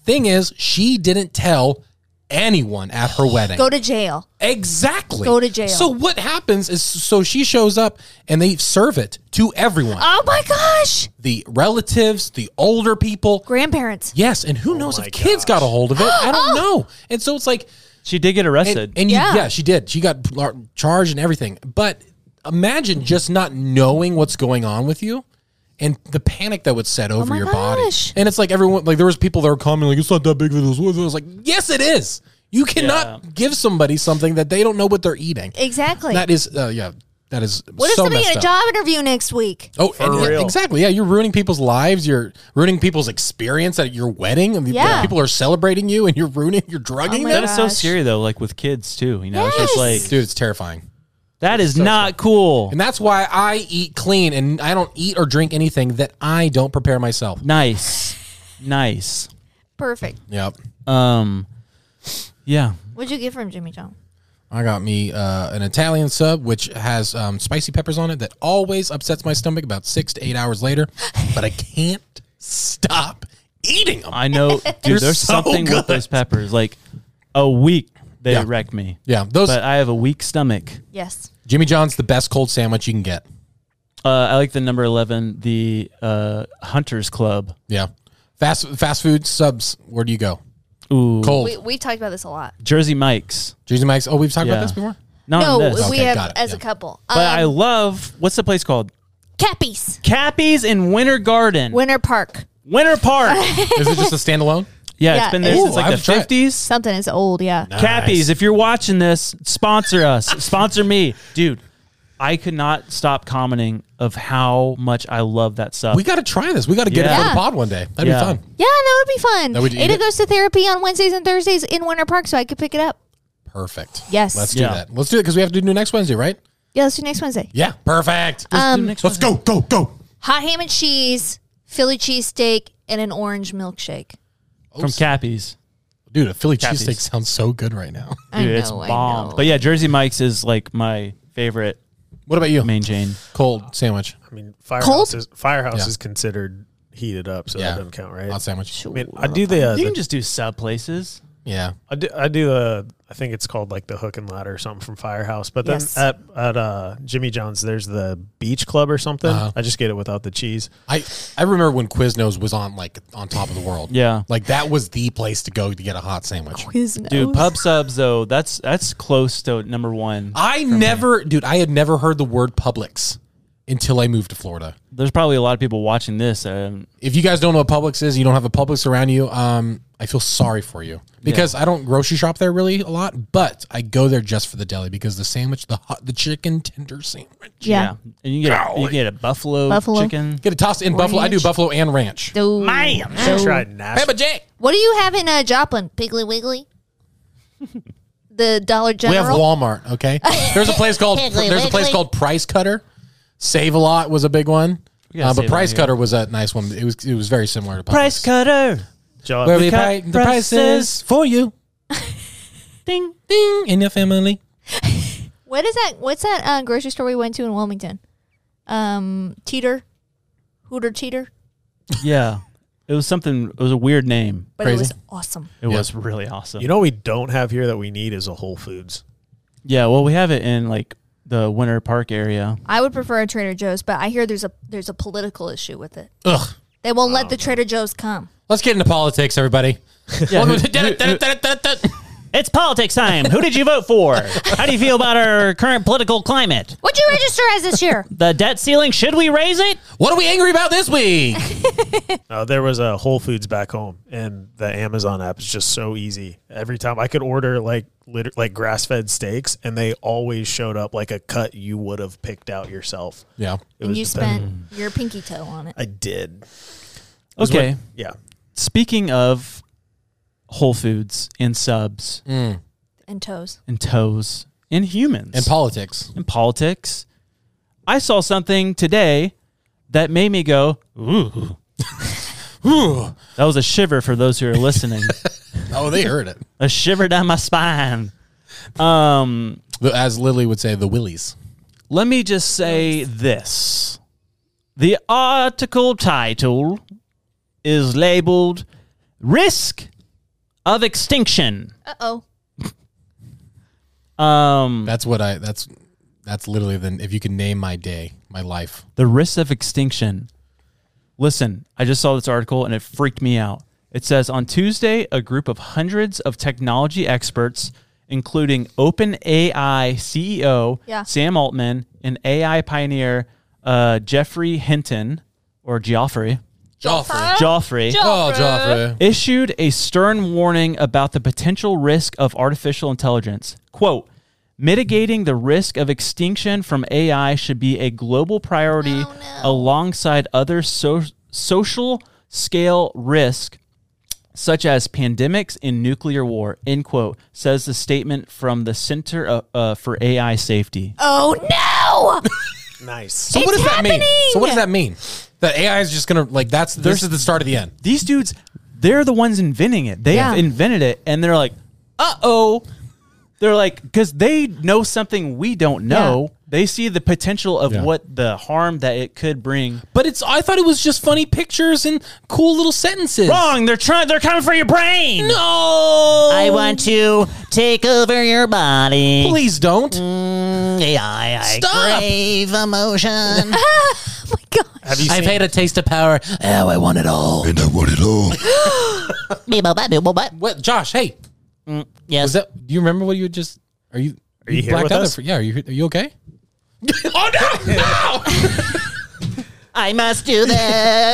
[SPEAKER 4] thing is, she didn't tell anyone at her wedding.
[SPEAKER 3] Go to jail.
[SPEAKER 4] exactly.
[SPEAKER 3] go to jail.
[SPEAKER 4] So what happens is so she shows up and they serve it to everyone.
[SPEAKER 3] Oh my gosh.
[SPEAKER 4] the relatives, the older people.
[SPEAKER 3] Grandparents.
[SPEAKER 4] Yes, and who knows if kids got a hold of it? I don't know. And so it's like
[SPEAKER 10] She did get
[SPEAKER 4] and,
[SPEAKER 10] arrested.
[SPEAKER 4] and you-
[SPEAKER 3] Yeah.
[SPEAKER 4] yeah. she did. She got lar- charged and everything. But imagine just not knowing what's going on with you and the panic that would set over
[SPEAKER 3] my
[SPEAKER 4] your body.
[SPEAKER 3] gosh.
[SPEAKER 4] And it's like everyone, like there was people that were commenting, like, it's not that big of a deal. I was like, yes, it is. You cannot give somebody something that they don't know what they're eating.
[SPEAKER 3] Exactly.
[SPEAKER 4] That is, uh, yeah, that is
[SPEAKER 3] what if
[SPEAKER 4] so
[SPEAKER 3] somebody
[SPEAKER 4] messed
[SPEAKER 3] get a
[SPEAKER 4] up.
[SPEAKER 3] job interview next week?
[SPEAKER 4] Oh, and yeah,
[SPEAKER 6] real.
[SPEAKER 4] exactly. Yeah, you're ruining people's lives. You're ruining people's experience at your wedding. I mean,
[SPEAKER 3] Yeah. Oh
[SPEAKER 4] people are celebrating you, and you're ruining, you're drugging
[SPEAKER 3] my
[SPEAKER 4] them.
[SPEAKER 10] that is so
[SPEAKER 3] gosh.
[SPEAKER 10] scary though, like with kids too. You know, it's just
[SPEAKER 3] Yes.
[SPEAKER 10] like
[SPEAKER 4] Dude, it's terrifying.
[SPEAKER 10] that is not cool.
[SPEAKER 4] And that's why I eat clean and I don't eat or drink anything that I don't prepare myself.
[SPEAKER 10] Nice, nice.
[SPEAKER 3] Perfect.
[SPEAKER 4] Yep.
[SPEAKER 10] Um, yeah.
[SPEAKER 3] What'd you get from Jimmy John?
[SPEAKER 4] I got me uh, an Italian sub, which has um, spicy peppers on it that always upsets my stomach about six to eight hours later, but I can't stop eating them.
[SPEAKER 10] I know, dude. There's
[SPEAKER 4] so
[SPEAKER 10] something
[SPEAKER 4] good.
[SPEAKER 10] with those peppers. Like a week, they
[SPEAKER 4] Yeah.
[SPEAKER 10] wreck me.
[SPEAKER 4] yeah, those
[SPEAKER 10] But I have a weak stomach.
[SPEAKER 3] Yes.
[SPEAKER 4] Jimmy John's the best cold sandwich you can get.
[SPEAKER 10] Uh, I like the number eleven, the uh, Hunters Club.
[SPEAKER 4] Yeah, fast fast food subs. Where do you go?
[SPEAKER 10] Ooh,
[SPEAKER 4] Cold.
[SPEAKER 3] We, we talked about this a lot.
[SPEAKER 10] Jersey Mike's.
[SPEAKER 4] Jersey Mike's. Oh, we've talked
[SPEAKER 10] Yeah.
[SPEAKER 4] about this before.
[SPEAKER 10] Not
[SPEAKER 3] No, uh,
[SPEAKER 10] this.
[SPEAKER 3] we
[SPEAKER 4] Okay,
[SPEAKER 3] have
[SPEAKER 4] got it,
[SPEAKER 3] as a
[SPEAKER 4] yeah.
[SPEAKER 3] couple.
[SPEAKER 10] But I
[SPEAKER 3] um,
[SPEAKER 10] love what's the place called?
[SPEAKER 3] Cappies.
[SPEAKER 10] Cappies in Winter Garden,
[SPEAKER 3] Winter Park.
[SPEAKER 10] Winter Park.
[SPEAKER 4] Is it just a standalone?
[SPEAKER 10] Yeah,
[SPEAKER 3] Yeah,
[SPEAKER 10] it's been there
[SPEAKER 3] it
[SPEAKER 10] since
[SPEAKER 4] is.
[SPEAKER 10] like
[SPEAKER 4] Ooh, I
[SPEAKER 10] the
[SPEAKER 4] would try it.
[SPEAKER 10] fifties.
[SPEAKER 3] Something is old, yeah.
[SPEAKER 10] Cappies, if you're watching this, sponsor us. sponsor me, dude. I could not stop commenting of how much I love that stuff.
[SPEAKER 4] We got to try this. We got to get it for
[SPEAKER 3] Yeah.
[SPEAKER 4] the pod one day. That'd
[SPEAKER 10] Yeah.
[SPEAKER 4] be fun.
[SPEAKER 3] Yeah, that would be fun.
[SPEAKER 4] That would you
[SPEAKER 3] Ada
[SPEAKER 4] eat it?
[SPEAKER 3] goes to therapy on Wednesdays and Thursdays in Winter Park, so I could pick it up.
[SPEAKER 4] Perfect.
[SPEAKER 3] Yes.
[SPEAKER 4] Let's do
[SPEAKER 10] Yeah.
[SPEAKER 4] that. Let's do it because we have to do next Wednesday, right?
[SPEAKER 3] Yeah, let's do next Wednesday.
[SPEAKER 4] Yeah. Perfect.
[SPEAKER 3] Um,
[SPEAKER 4] Let's go. Go. Go.
[SPEAKER 3] hot ham and cheese, Philly cheesesteak, and an orange milkshake.
[SPEAKER 10] from Cappies.
[SPEAKER 4] Dude, a Philly
[SPEAKER 10] Cappies.
[SPEAKER 4] cheesesteak sounds so good right now.
[SPEAKER 3] I
[SPEAKER 10] Dude,
[SPEAKER 3] know,
[SPEAKER 10] it's
[SPEAKER 3] I know.
[SPEAKER 10] bomb. But yeah, Jersey Mike's is like my favorite
[SPEAKER 4] What about you?
[SPEAKER 10] main chain.
[SPEAKER 4] Cold sandwich.
[SPEAKER 6] I mean, firehouse
[SPEAKER 3] Cold?
[SPEAKER 6] is firehouse
[SPEAKER 4] Yeah.
[SPEAKER 6] is considered heated up, so
[SPEAKER 4] Yeah.
[SPEAKER 6] that doesn't count, right?
[SPEAKER 4] Hot sandwich.
[SPEAKER 6] I mean, I do the, uh,
[SPEAKER 10] You
[SPEAKER 6] the
[SPEAKER 10] can just do sub places.
[SPEAKER 4] Yeah.
[SPEAKER 6] I do, I do uh, I think it's called like the hook and ladder or something from Firehouse. But then
[SPEAKER 3] Yes.
[SPEAKER 6] at, at uh, Jimmy John's, there's the Beach Club or something. I just get it without the cheese.
[SPEAKER 4] I, I remember when Quiznos was on like on top of the world.
[SPEAKER 10] Yeah.
[SPEAKER 4] Like that was the place to go to get a hot sandwich.
[SPEAKER 3] His
[SPEAKER 10] Dude,
[SPEAKER 3] nose.
[SPEAKER 10] pub subs though, that's that's close to number one.
[SPEAKER 4] I never, dude, I had never heard the word Publix until I moved to Florida.
[SPEAKER 10] There's probably a lot of people watching this. Um,
[SPEAKER 4] If you guys don't know what Publix is, you don't have a Publix around you, um, I feel sorry for you because I don't grocery shop there really a lot, but I go there just for the deli because the sandwich, the hot, the chicken tender sandwich.
[SPEAKER 10] yeah.
[SPEAKER 3] yeah.
[SPEAKER 10] and you can get a, you can get a buffalo,
[SPEAKER 3] Buffalo.
[SPEAKER 10] chicken.
[SPEAKER 4] Get a toss in buffalo. I do buffalo and ranch.
[SPEAKER 3] Dude.
[SPEAKER 6] I
[SPEAKER 3] Oh.
[SPEAKER 6] tried Nash-
[SPEAKER 4] Papa Jack.
[SPEAKER 3] What do you have in uh, Joplin? Piggly Wiggly? the Dollar
[SPEAKER 4] We have
[SPEAKER 3] General?
[SPEAKER 4] Walmart. Okay, there's a place called there's a place called Price Cutter. Save a lot was a big one,
[SPEAKER 10] gotta
[SPEAKER 4] uh,
[SPEAKER 10] save
[SPEAKER 4] but
[SPEAKER 10] a lot
[SPEAKER 4] Price
[SPEAKER 10] here.
[SPEAKER 4] Cutter was a nice one. It was it was very similar to Publix.
[SPEAKER 10] Price cutter.
[SPEAKER 6] Joe,
[SPEAKER 4] Where we
[SPEAKER 10] cut
[SPEAKER 4] buy the prices
[SPEAKER 10] prices.
[SPEAKER 4] for you
[SPEAKER 10] Ding.
[SPEAKER 4] and your family.
[SPEAKER 3] What is that? What's that uh, grocery store we went to in Wilmington? Um, Teeter? Hooter Teeter?
[SPEAKER 10] Yeah. It was something it was a weird name.
[SPEAKER 3] But it
[SPEAKER 4] Crazy.
[SPEAKER 3] was awesome.
[SPEAKER 10] It was really awesome.
[SPEAKER 6] you know what we don't have here that we need is a Whole Foods.
[SPEAKER 10] yeah, well we have it in like the Winter Park area.
[SPEAKER 3] I would prefer a Trader Joe's, but I hear there's a there's a political issue with it.
[SPEAKER 4] Ugh.
[SPEAKER 3] They won't let the Trader Joe's come.
[SPEAKER 4] Let's get into politics, everybody. Welcome to
[SPEAKER 10] It's politics time. Who did you vote for? How do you feel about our current political climate?
[SPEAKER 3] What'd you register as this year?
[SPEAKER 10] The debt ceiling, should we raise it?
[SPEAKER 4] What are we angry about this week?
[SPEAKER 6] Uh, there was a Whole Foods back home, and the Amazon app is just so easy. Every time I could order like liter- like grass fed steaks, and they always showed up like a cut you would have picked out yourself.
[SPEAKER 4] Yeah.
[SPEAKER 6] It
[SPEAKER 3] and
[SPEAKER 6] was
[SPEAKER 3] you
[SPEAKER 6] dependent-
[SPEAKER 3] spent your pinky toe on it.
[SPEAKER 6] I did.
[SPEAKER 10] Okay.
[SPEAKER 6] Yeah.
[SPEAKER 10] Speaking of Whole Foods and subs
[SPEAKER 3] And toes.
[SPEAKER 10] and toes Mm. and humans
[SPEAKER 4] And politics.
[SPEAKER 10] and politics, I saw something today that made me go, ooh.
[SPEAKER 4] Ooh.
[SPEAKER 10] That was a shiver for those who are listening.
[SPEAKER 4] Oh, they heard it.
[SPEAKER 10] a shiver down my spine. Um,
[SPEAKER 4] The- As Lily would say, the willies.
[SPEAKER 10] Let me just say this. The article title is labeled Risk
[SPEAKER 1] of extinction.
[SPEAKER 3] Uh oh.
[SPEAKER 1] Um,
[SPEAKER 4] That's what I. That's that's literally then. If you can name my day, my life.
[SPEAKER 1] the risk of extinction. Listen, I just saw this article and it freaked me out. It says on Tuesday, a group of hundreds of technology experts, including OpenAI CEO
[SPEAKER 3] Yeah.
[SPEAKER 1] Sam Altman and AI pioneer uh, Jeffrey Hinton or Geoffrey,
[SPEAKER 4] Joffrey.
[SPEAKER 1] Joffrey,
[SPEAKER 4] Oh, Joffrey.
[SPEAKER 1] issued a stern warning about the potential risk of artificial intelligence. Quote, mitigating the risk of extinction from AI should be a global
[SPEAKER 4] Oh,
[SPEAKER 1] priority
[SPEAKER 3] Oh,
[SPEAKER 1] alongside other so- social scale risk such as pandemics and nuclear war, end quote, says the statement from the Center uh, uh, for AI Safety.
[SPEAKER 3] Oh no!
[SPEAKER 6] Nice.
[SPEAKER 4] So what
[SPEAKER 3] It's
[SPEAKER 4] does that mean? So what does
[SPEAKER 3] happening!
[SPEAKER 4] that mean? That AI is just gonna like that's this is the start of the end.
[SPEAKER 1] These dudes, they're the ones inventing it. They have
[SPEAKER 3] Yeah.
[SPEAKER 1] invented it, and they're like, uh oh. They're like, because they know something we don't know. They see the potential of
[SPEAKER 4] Yeah.
[SPEAKER 1] what the harm that it could bring.
[SPEAKER 4] But it's I thought it was just funny pictures and cool little sentences.
[SPEAKER 1] Wrong. They're trying. They're coming for your brain.
[SPEAKER 4] No.
[SPEAKER 1] I want to take over your body.
[SPEAKER 4] Please don't.
[SPEAKER 1] AI.
[SPEAKER 4] Stop.
[SPEAKER 11] emotion.
[SPEAKER 3] Oh my gosh.
[SPEAKER 6] Have you seen?
[SPEAKER 4] had a taste of power. Oh, I want it all.
[SPEAKER 7] And I want it all.
[SPEAKER 4] What, Josh? Hey, was
[SPEAKER 3] Mm,
[SPEAKER 11] Yes.
[SPEAKER 4] that? Do you remember what you had just? Are you? Are
[SPEAKER 6] you here with us?
[SPEAKER 4] For, yeah. Are you? Are you okay? oh no!
[SPEAKER 11] I must do this.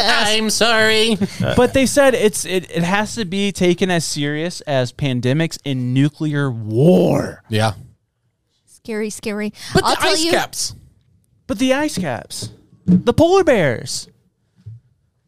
[SPEAKER 4] I'm sorry.
[SPEAKER 1] But they said it's it, it has to be taken as serious as pandemics and nuclear war.
[SPEAKER 4] Yeah.
[SPEAKER 3] Scary, scary.
[SPEAKER 4] But
[SPEAKER 3] I'll
[SPEAKER 4] the
[SPEAKER 3] tell
[SPEAKER 4] ice
[SPEAKER 3] you,
[SPEAKER 4] caps.
[SPEAKER 1] But the ice caps, the polar bears.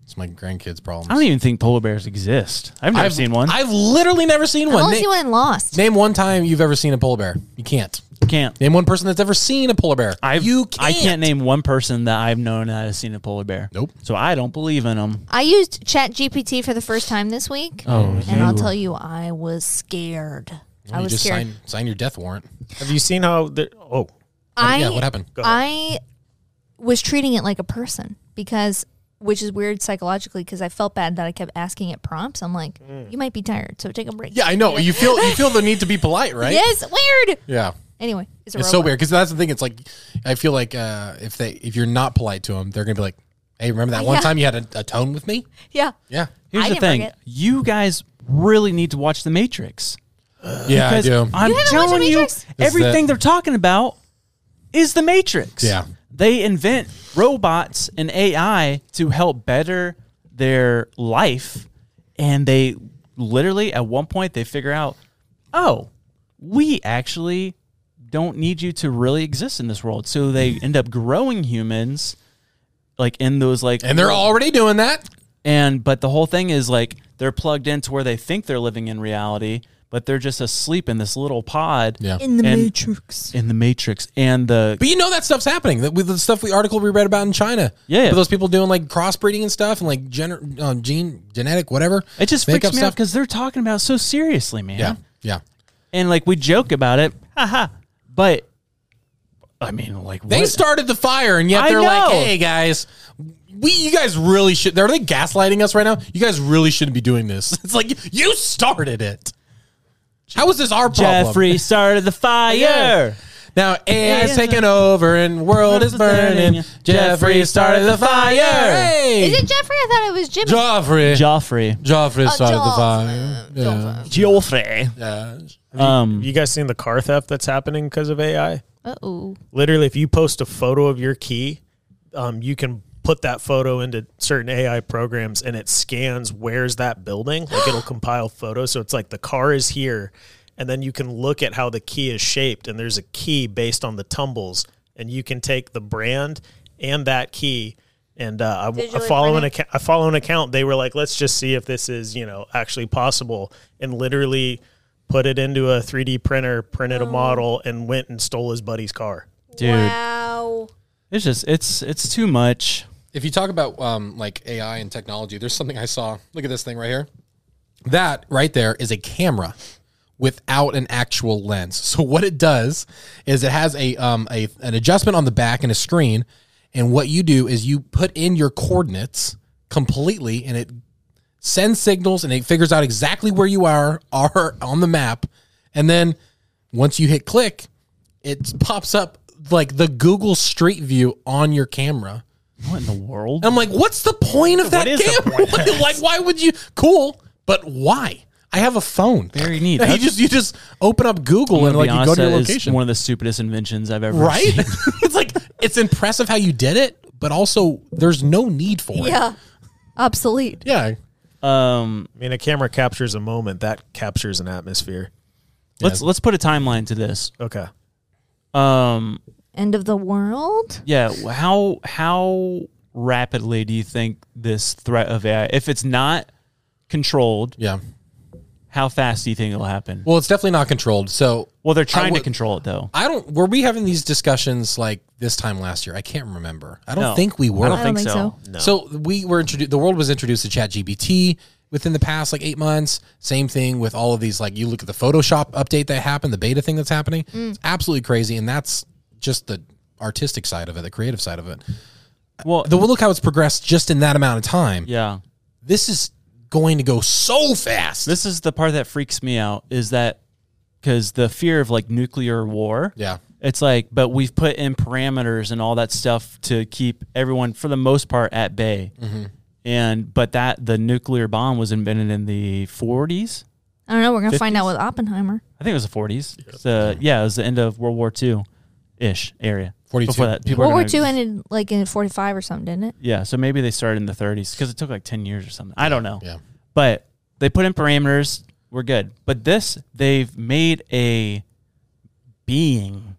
[SPEAKER 4] It's my grandkids' problem.
[SPEAKER 1] I don't even think polar bears exist. I've never seen one. I
[SPEAKER 4] I've literally never seen
[SPEAKER 3] I've
[SPEAKER 4] one.
[SPEAKER 3] only
[SPEAKER 4] Na-
[SPEAKER 3] seen one in Lost.
[SPEAKER 4] Name one time you've ever seen a polar bear. You can't.
[SPEAKER 1] can't.
[SPEAKER 4] Name one person that's ever seen a polar bear.
[SPEAKER 1] I've,
[SPEAKER 4] you can't.
[SPEAKER 1] I can't name one person that I've known that has seen a polar bear.
[SPEAKER 4] Nope.
[SPEAKER 1] So I don't believe in them.
[SPEAKER 3] I used Chat GPT for the first time this week.
[SPEAKER 1] Oh,
[SPEAKER 3] and I'll tell you, I was scared. I
[SPEAKER 4] Oh, You
[SPEAKER 3] was
[SPEAKER 4] just
[SPEAKER 3] scared.
[SPEAKER 4] sign sign your death warrant.
[SPEAKER 6] Have you seen how? The, oh,
[SPEAKER 3] I
[SPEAKER 4] yeah. What happened?
[SPEAKER 3] I was treating it like a person because, which is weird psychologically, because I felt bad that I kept asking it prompts. I'm like, you might be tired, so take a break.
[SPEAKER 4] Yeah, I know. You feel you feel the need to be polite, right?
[SPEAKER 3] Yes, weird.
[SPEAKER 4] Yeah.
[SPEAKER 3] Anyway, it's, a
[SPEAKER 4] It's so
[SPEAKER 3] robot.
[SPEAKER 4] weird because that's the thing. It's like I feel like uh, if they if you're not polite to them, they're gonna be like, "Hey, remember that one
[SPEAKER 3] Yeah.
[SPEAKER 4] time you had a, a tone with me?"
[SPEAKER 3] Yeah.
[SPEAKER 4] Yeah,
[SPEAKER 1] Here's
[SPEAKER 3] I
[SPEAKER 1] the
[SPEAKER 3] didn't
[SPEAKER 1] thing:
[SPEAKER 3] forget.
[SPEAKER 1] you guys really need to watch The Matrix.
[SPEAKER 4] yeah, I
[SPEAKER 1] 'Cause
[SPEAKER 4] do.
[SPEAKER 1] I'm
[SPEAKER 3] haven't watched
[SPEAKER 1] telling
[SPEAKER 3] The
[SPEAKER 1] you,
[SPEAKER 3] Matrix?
[SPEAKER 1] everything
[SPEAKER 4] that-
[SPEAKER 1] they're talking about is The Matrix.
[SPEAKER 4] Yeah.
[SPEAKER 1] They invent robots and AI to help better their life. And they literally, at one point, they figure out, oh, we actually don't need you to really exist in this world. So they end up growing humans like in those like
[SPEAKER 4] and they're already doing that.
[SPEAKER 1] and but the whole thing is like they're plugged into where they think they're living in reality, but they're just asleep in this little pod.
[SPEAKER 4] Yeah.
[SPEAKER 3] In the
[SPEAKER 1] And-
[SPEAKER 3] Matrix.
[SPEAKER 1] In the Matrix. And the
[SPEAKER 4] But you know that stuff's happening. That with the stuff we article we read about in China.
[SPEAKER 1] Yeah, yeah.
[SPEAKER 4] With those people doing like crossbreeding and stuff and like gen- um, gene genetic whatever.
[SPEAKER 1] it just
[SPEAKER 4] Make
[SPEAKER 1] freaks
[SPEAKER 4] up
[SPEAKER 1] me out because they're talking about it so seriously, man.
[SPEAKER 4] yeah, yeah.
[SPEAKER 1] And like we joke about it. Haha. But I mean like
[SPEAKER 4] They
[SPEAKER 1] what-
[SPEAKER 4] started the fire, and yet
[SPEAKER 1] I
[SPEAKER 4] they're like,
[SPEAKER 1] know.
[SPEAKER 4] "Hey guys, we you guys really should." Are they gaslighting us right now? You guys really shouldn't be doing this. It's like you started it. How is this our problem?
[SPEAKER 1] Jeffrey started the fire.
[SPEAKER 4] Yeah. Now AI's taking over and world is burning. Jeffrey started the fire. Hey,
[SPEAKER 3] Is it Jeffrey? I thought it was Jimmy.
[SPEAKER 4] Joffrey?
[SPEAKER 1] Joffrey.
[SPEAKER 4] Joffrey started the
[SPEAKER 3] Joff-
[SPEAKER 4] fire. Yeah.
[SPEAKER 1] Joffrey.
[SPEAKER 4] Yeah.
[SPEAKER 1] Um
[SPEAKER 6] you guys seen the car theft that's happening because of AI?
[SPEAKER 3] Uh oh.
[SPEAKER 6] Literally, if you post a photo of your key, um, you can put that photo into certain AI programs, and it scans where's that building. Like it'll compile photos, so it's like the car is here, and then you can look at how the key is shaped, and there's a key based on the tumbles, and you can take the brand and that key. And uh, I, w- I
[SPEAKER 3] Visually
[SPEAKER 6] follow an
[SPEAKER 3] print it.
[SPEAKER 6] account. I follow an account. They were like, "Let's just see if this is you know actually possible," and literally put it into a 3D printer, printed
[SPEAKER 3] Oh.
[SPEAKER 6] a model, and went and stole his buddy's car.
[SPEAKER 1] dude.
[SPEAKER 3] Wow.
[SPEAKER 1] It's just it's it's too much.
[SPEAKER 4] if you talk about um, like AI and technology, there's something I saw. Look at this thing right here. That right there is a camera without an actual lens. So what it does is it has a um a an adjustment on the back and a screen, and what you do is you put in your coordinates completely, and it sends signals, and it figures out exactly where you are are on the map. And then once you hit click, it pops up like the Google Street View on your camera.
[SPEAKER 10] What in the world?
[SPEAKER 4] And I'm like, what's the point of that
[SPEAKER 10] What is the
[SPEAKER 4] camera? like, like, why would you? Cool, but why? I have a phone.
[SPEAKER 10] Very neat.
[SPEAKER 4] you just you just open up Google
[SPEAKER 10] I'm
[SPEAKER 4] and
[SPEAKER 10] gonna
[SPEAKER 4] like
[SPEAKER 10] be
[SPEAKER 4] you go
[SPEAKER 10] honest,
[SPEAKER 4] to your
[SPEAKER 10] that is
[SPEAKER 4] location,
[SPEAKER 10] one of the stupidest inventions I've ever
[SPEAKER 4] right?
[SPEAKER 10] seen.
[SPEAKER 4] it's like it's impressive how you did it, but also there's no need for it.
[SPEAKER 3] Yeah. Obsolete.
[SPEAKER 4] Yeah.
[SPEAKER 10] Um,
[SPEAKER 6] I mean, a camera captures a moment. That captures an atmosphere.
[SPEAKER 10] let's let's put a timeline to this.
[SPEAKER 6] Okay.
[SPEAKER 10] Um,
[SPEAKER 3] End of the world?
[SPEAKER 10] yeah, how how rapidly do you think this threat of AI, if it's not controlled,
[SPEAKER 4] Yeah.
[SPEAKER 10] how fast do you think it'll happen? Well,
[SPEAKER 4] Well, it's definitely not controlled. So
[SPEAKER 10] they're trying to
[SPEAKER 4] would-
[SPEAKER 10] control it though.
[SPEAKER 4] I don't. Were we having these discussions like this time last year? I can't remember. I don't
[SPEAKER 10] No.
[SPEAKER 4] think we were.
[SPEAKER 10] I don't, think,
[SPEAKER 3] think
[SPEAKER 10] so.
[SPEAKER 4] So we were introduced. The world was introduced to ChatGPT within the past like eight months. Same thing with all of these. Like you look at the Photoshop update that happened, the beta thing that's happening. It's absolutely crazy, and that's just the artistic side of it, the creative side of it.
[SPEAKER 10] Well,
[SPEAKER 4] The look how it's progressed just in that amount of time.
[SPEAKER 10] yeah.
[SPEAKER 4] This is going to go so fast.
[SPEAKER 10] This is the part that freaks me out is that because the fear of like nuclear war.
[SPEAKER 4] yeah.
[SPEAKER 10] It's like, but we've put in parameters and all that stuff to keep everyone, for the most part, at bay.
[SPEAKER 4] Mm-hmm.
[SPEAKER 10] And but that the nuclear bomb was invented in the 40s.
[SPEAKER 3] I don't know. We're going to find out with Oppenheimer.
[SPEAKER 10] I think it was the 40s. So, yeah, it was the end of World War II ish area.
[SPEAKER 4] 42.
[SPEAKER 10] Before that, people
[SPEAKER 3] World
[SPEAKER 10] are
[SPEAKER 3] War
[SPEAKER 10] gonna-
[SPEAKER 3] II ended like in 45 or something, didn't it?
[SPEAKER 10] Yeah, so maybe they started in the 30s because it took like 10 years or something. I don't know.
[SPEAKER 4] Yeah.
[SPEAKER 10] But they put in parameters. We're good. But this, they've made a being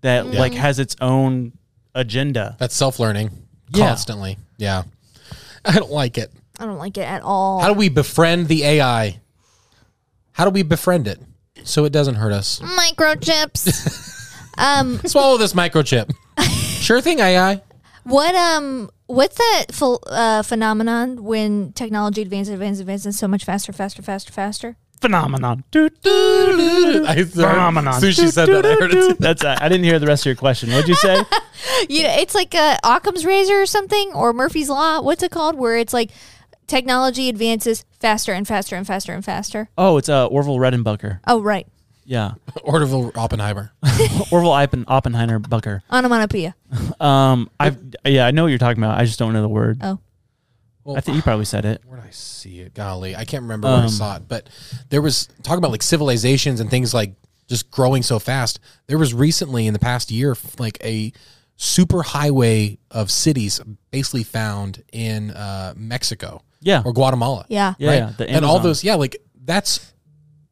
[SPEAKER 10] that
[SPEAKER 3] Mm-hmm.
[SPEAKER 10] like has its own agenda.
[SPEAKER 4] That's self learning
[SPEAKER 10] Yeah.
[SPEAKER 4] constantly. Yeah. I don't like it.
[SPEAKER 3] I don't like it at all.
[SPEAKER 4] How do we befriend the AI? How do we befriend it so it doesn't hurt us?
[SPEAKER 3] Microchips. um,
[SPEAKER 4] Swallow this microchip. sure thing, AI.
[SPEAKER 3] what um, what's that ph- uh, phenomenon when technology advances, advances, advances so much faster, faster, faster, faster?
[SPEAKER 10] Phenomenon. Doot, doot.
[SPEAKER 4] I
[SPEAKER 10] Phenomenon.
[SPEAKER 4] Sushi said that. I heard it.
[SPEAKER 10] That's I I didn't hear the rest of your question. What'd you say?
[SPEAKER 3] you know, it's like uh, Occam's razor or something, or Murphy's law. What's it called? Where it's like technology advances faster and faster and faster and faster.
[SPEAKER 10] oh, it's uh, Orville Redenbucker.
[SPEAKER 3] Oh, right,
[SPEAKER 10] Yeah,
[SPEAKER 4] Orville Oppenheimer.
[SPEAKER 10] Orville Oppen- Oppenheimer Bucker.
[SPEAKER 3] onomatopoeia.
[SPEAKER 10] Um, I yeah, I know what you're talking about. I just don't know the word.
[SPEAKER 3] Oh,
[SPEAKER 10] I think you probably said it.
[SPEAKER 4] Where did I see it? Golly, I can't remember
[SPEAKER 10] Um,
[SPEAKER 4] where I saw it, but there was talking about like civilizations and things like just growing so fast. There was recently in the past year f- like a super highway of cities basically found in uh, Mexico,
[SPEAKER 10] Yeah.
[SPEAKER 4] or Guatemala,
[SPEAKER 3] yeah.
[SPEAKER 10] Yeah, yeah, the
[SPEAKER 4] and all
[SPEAKER 10] Amazon.
[SPEAKER 4] those, yeah, like that's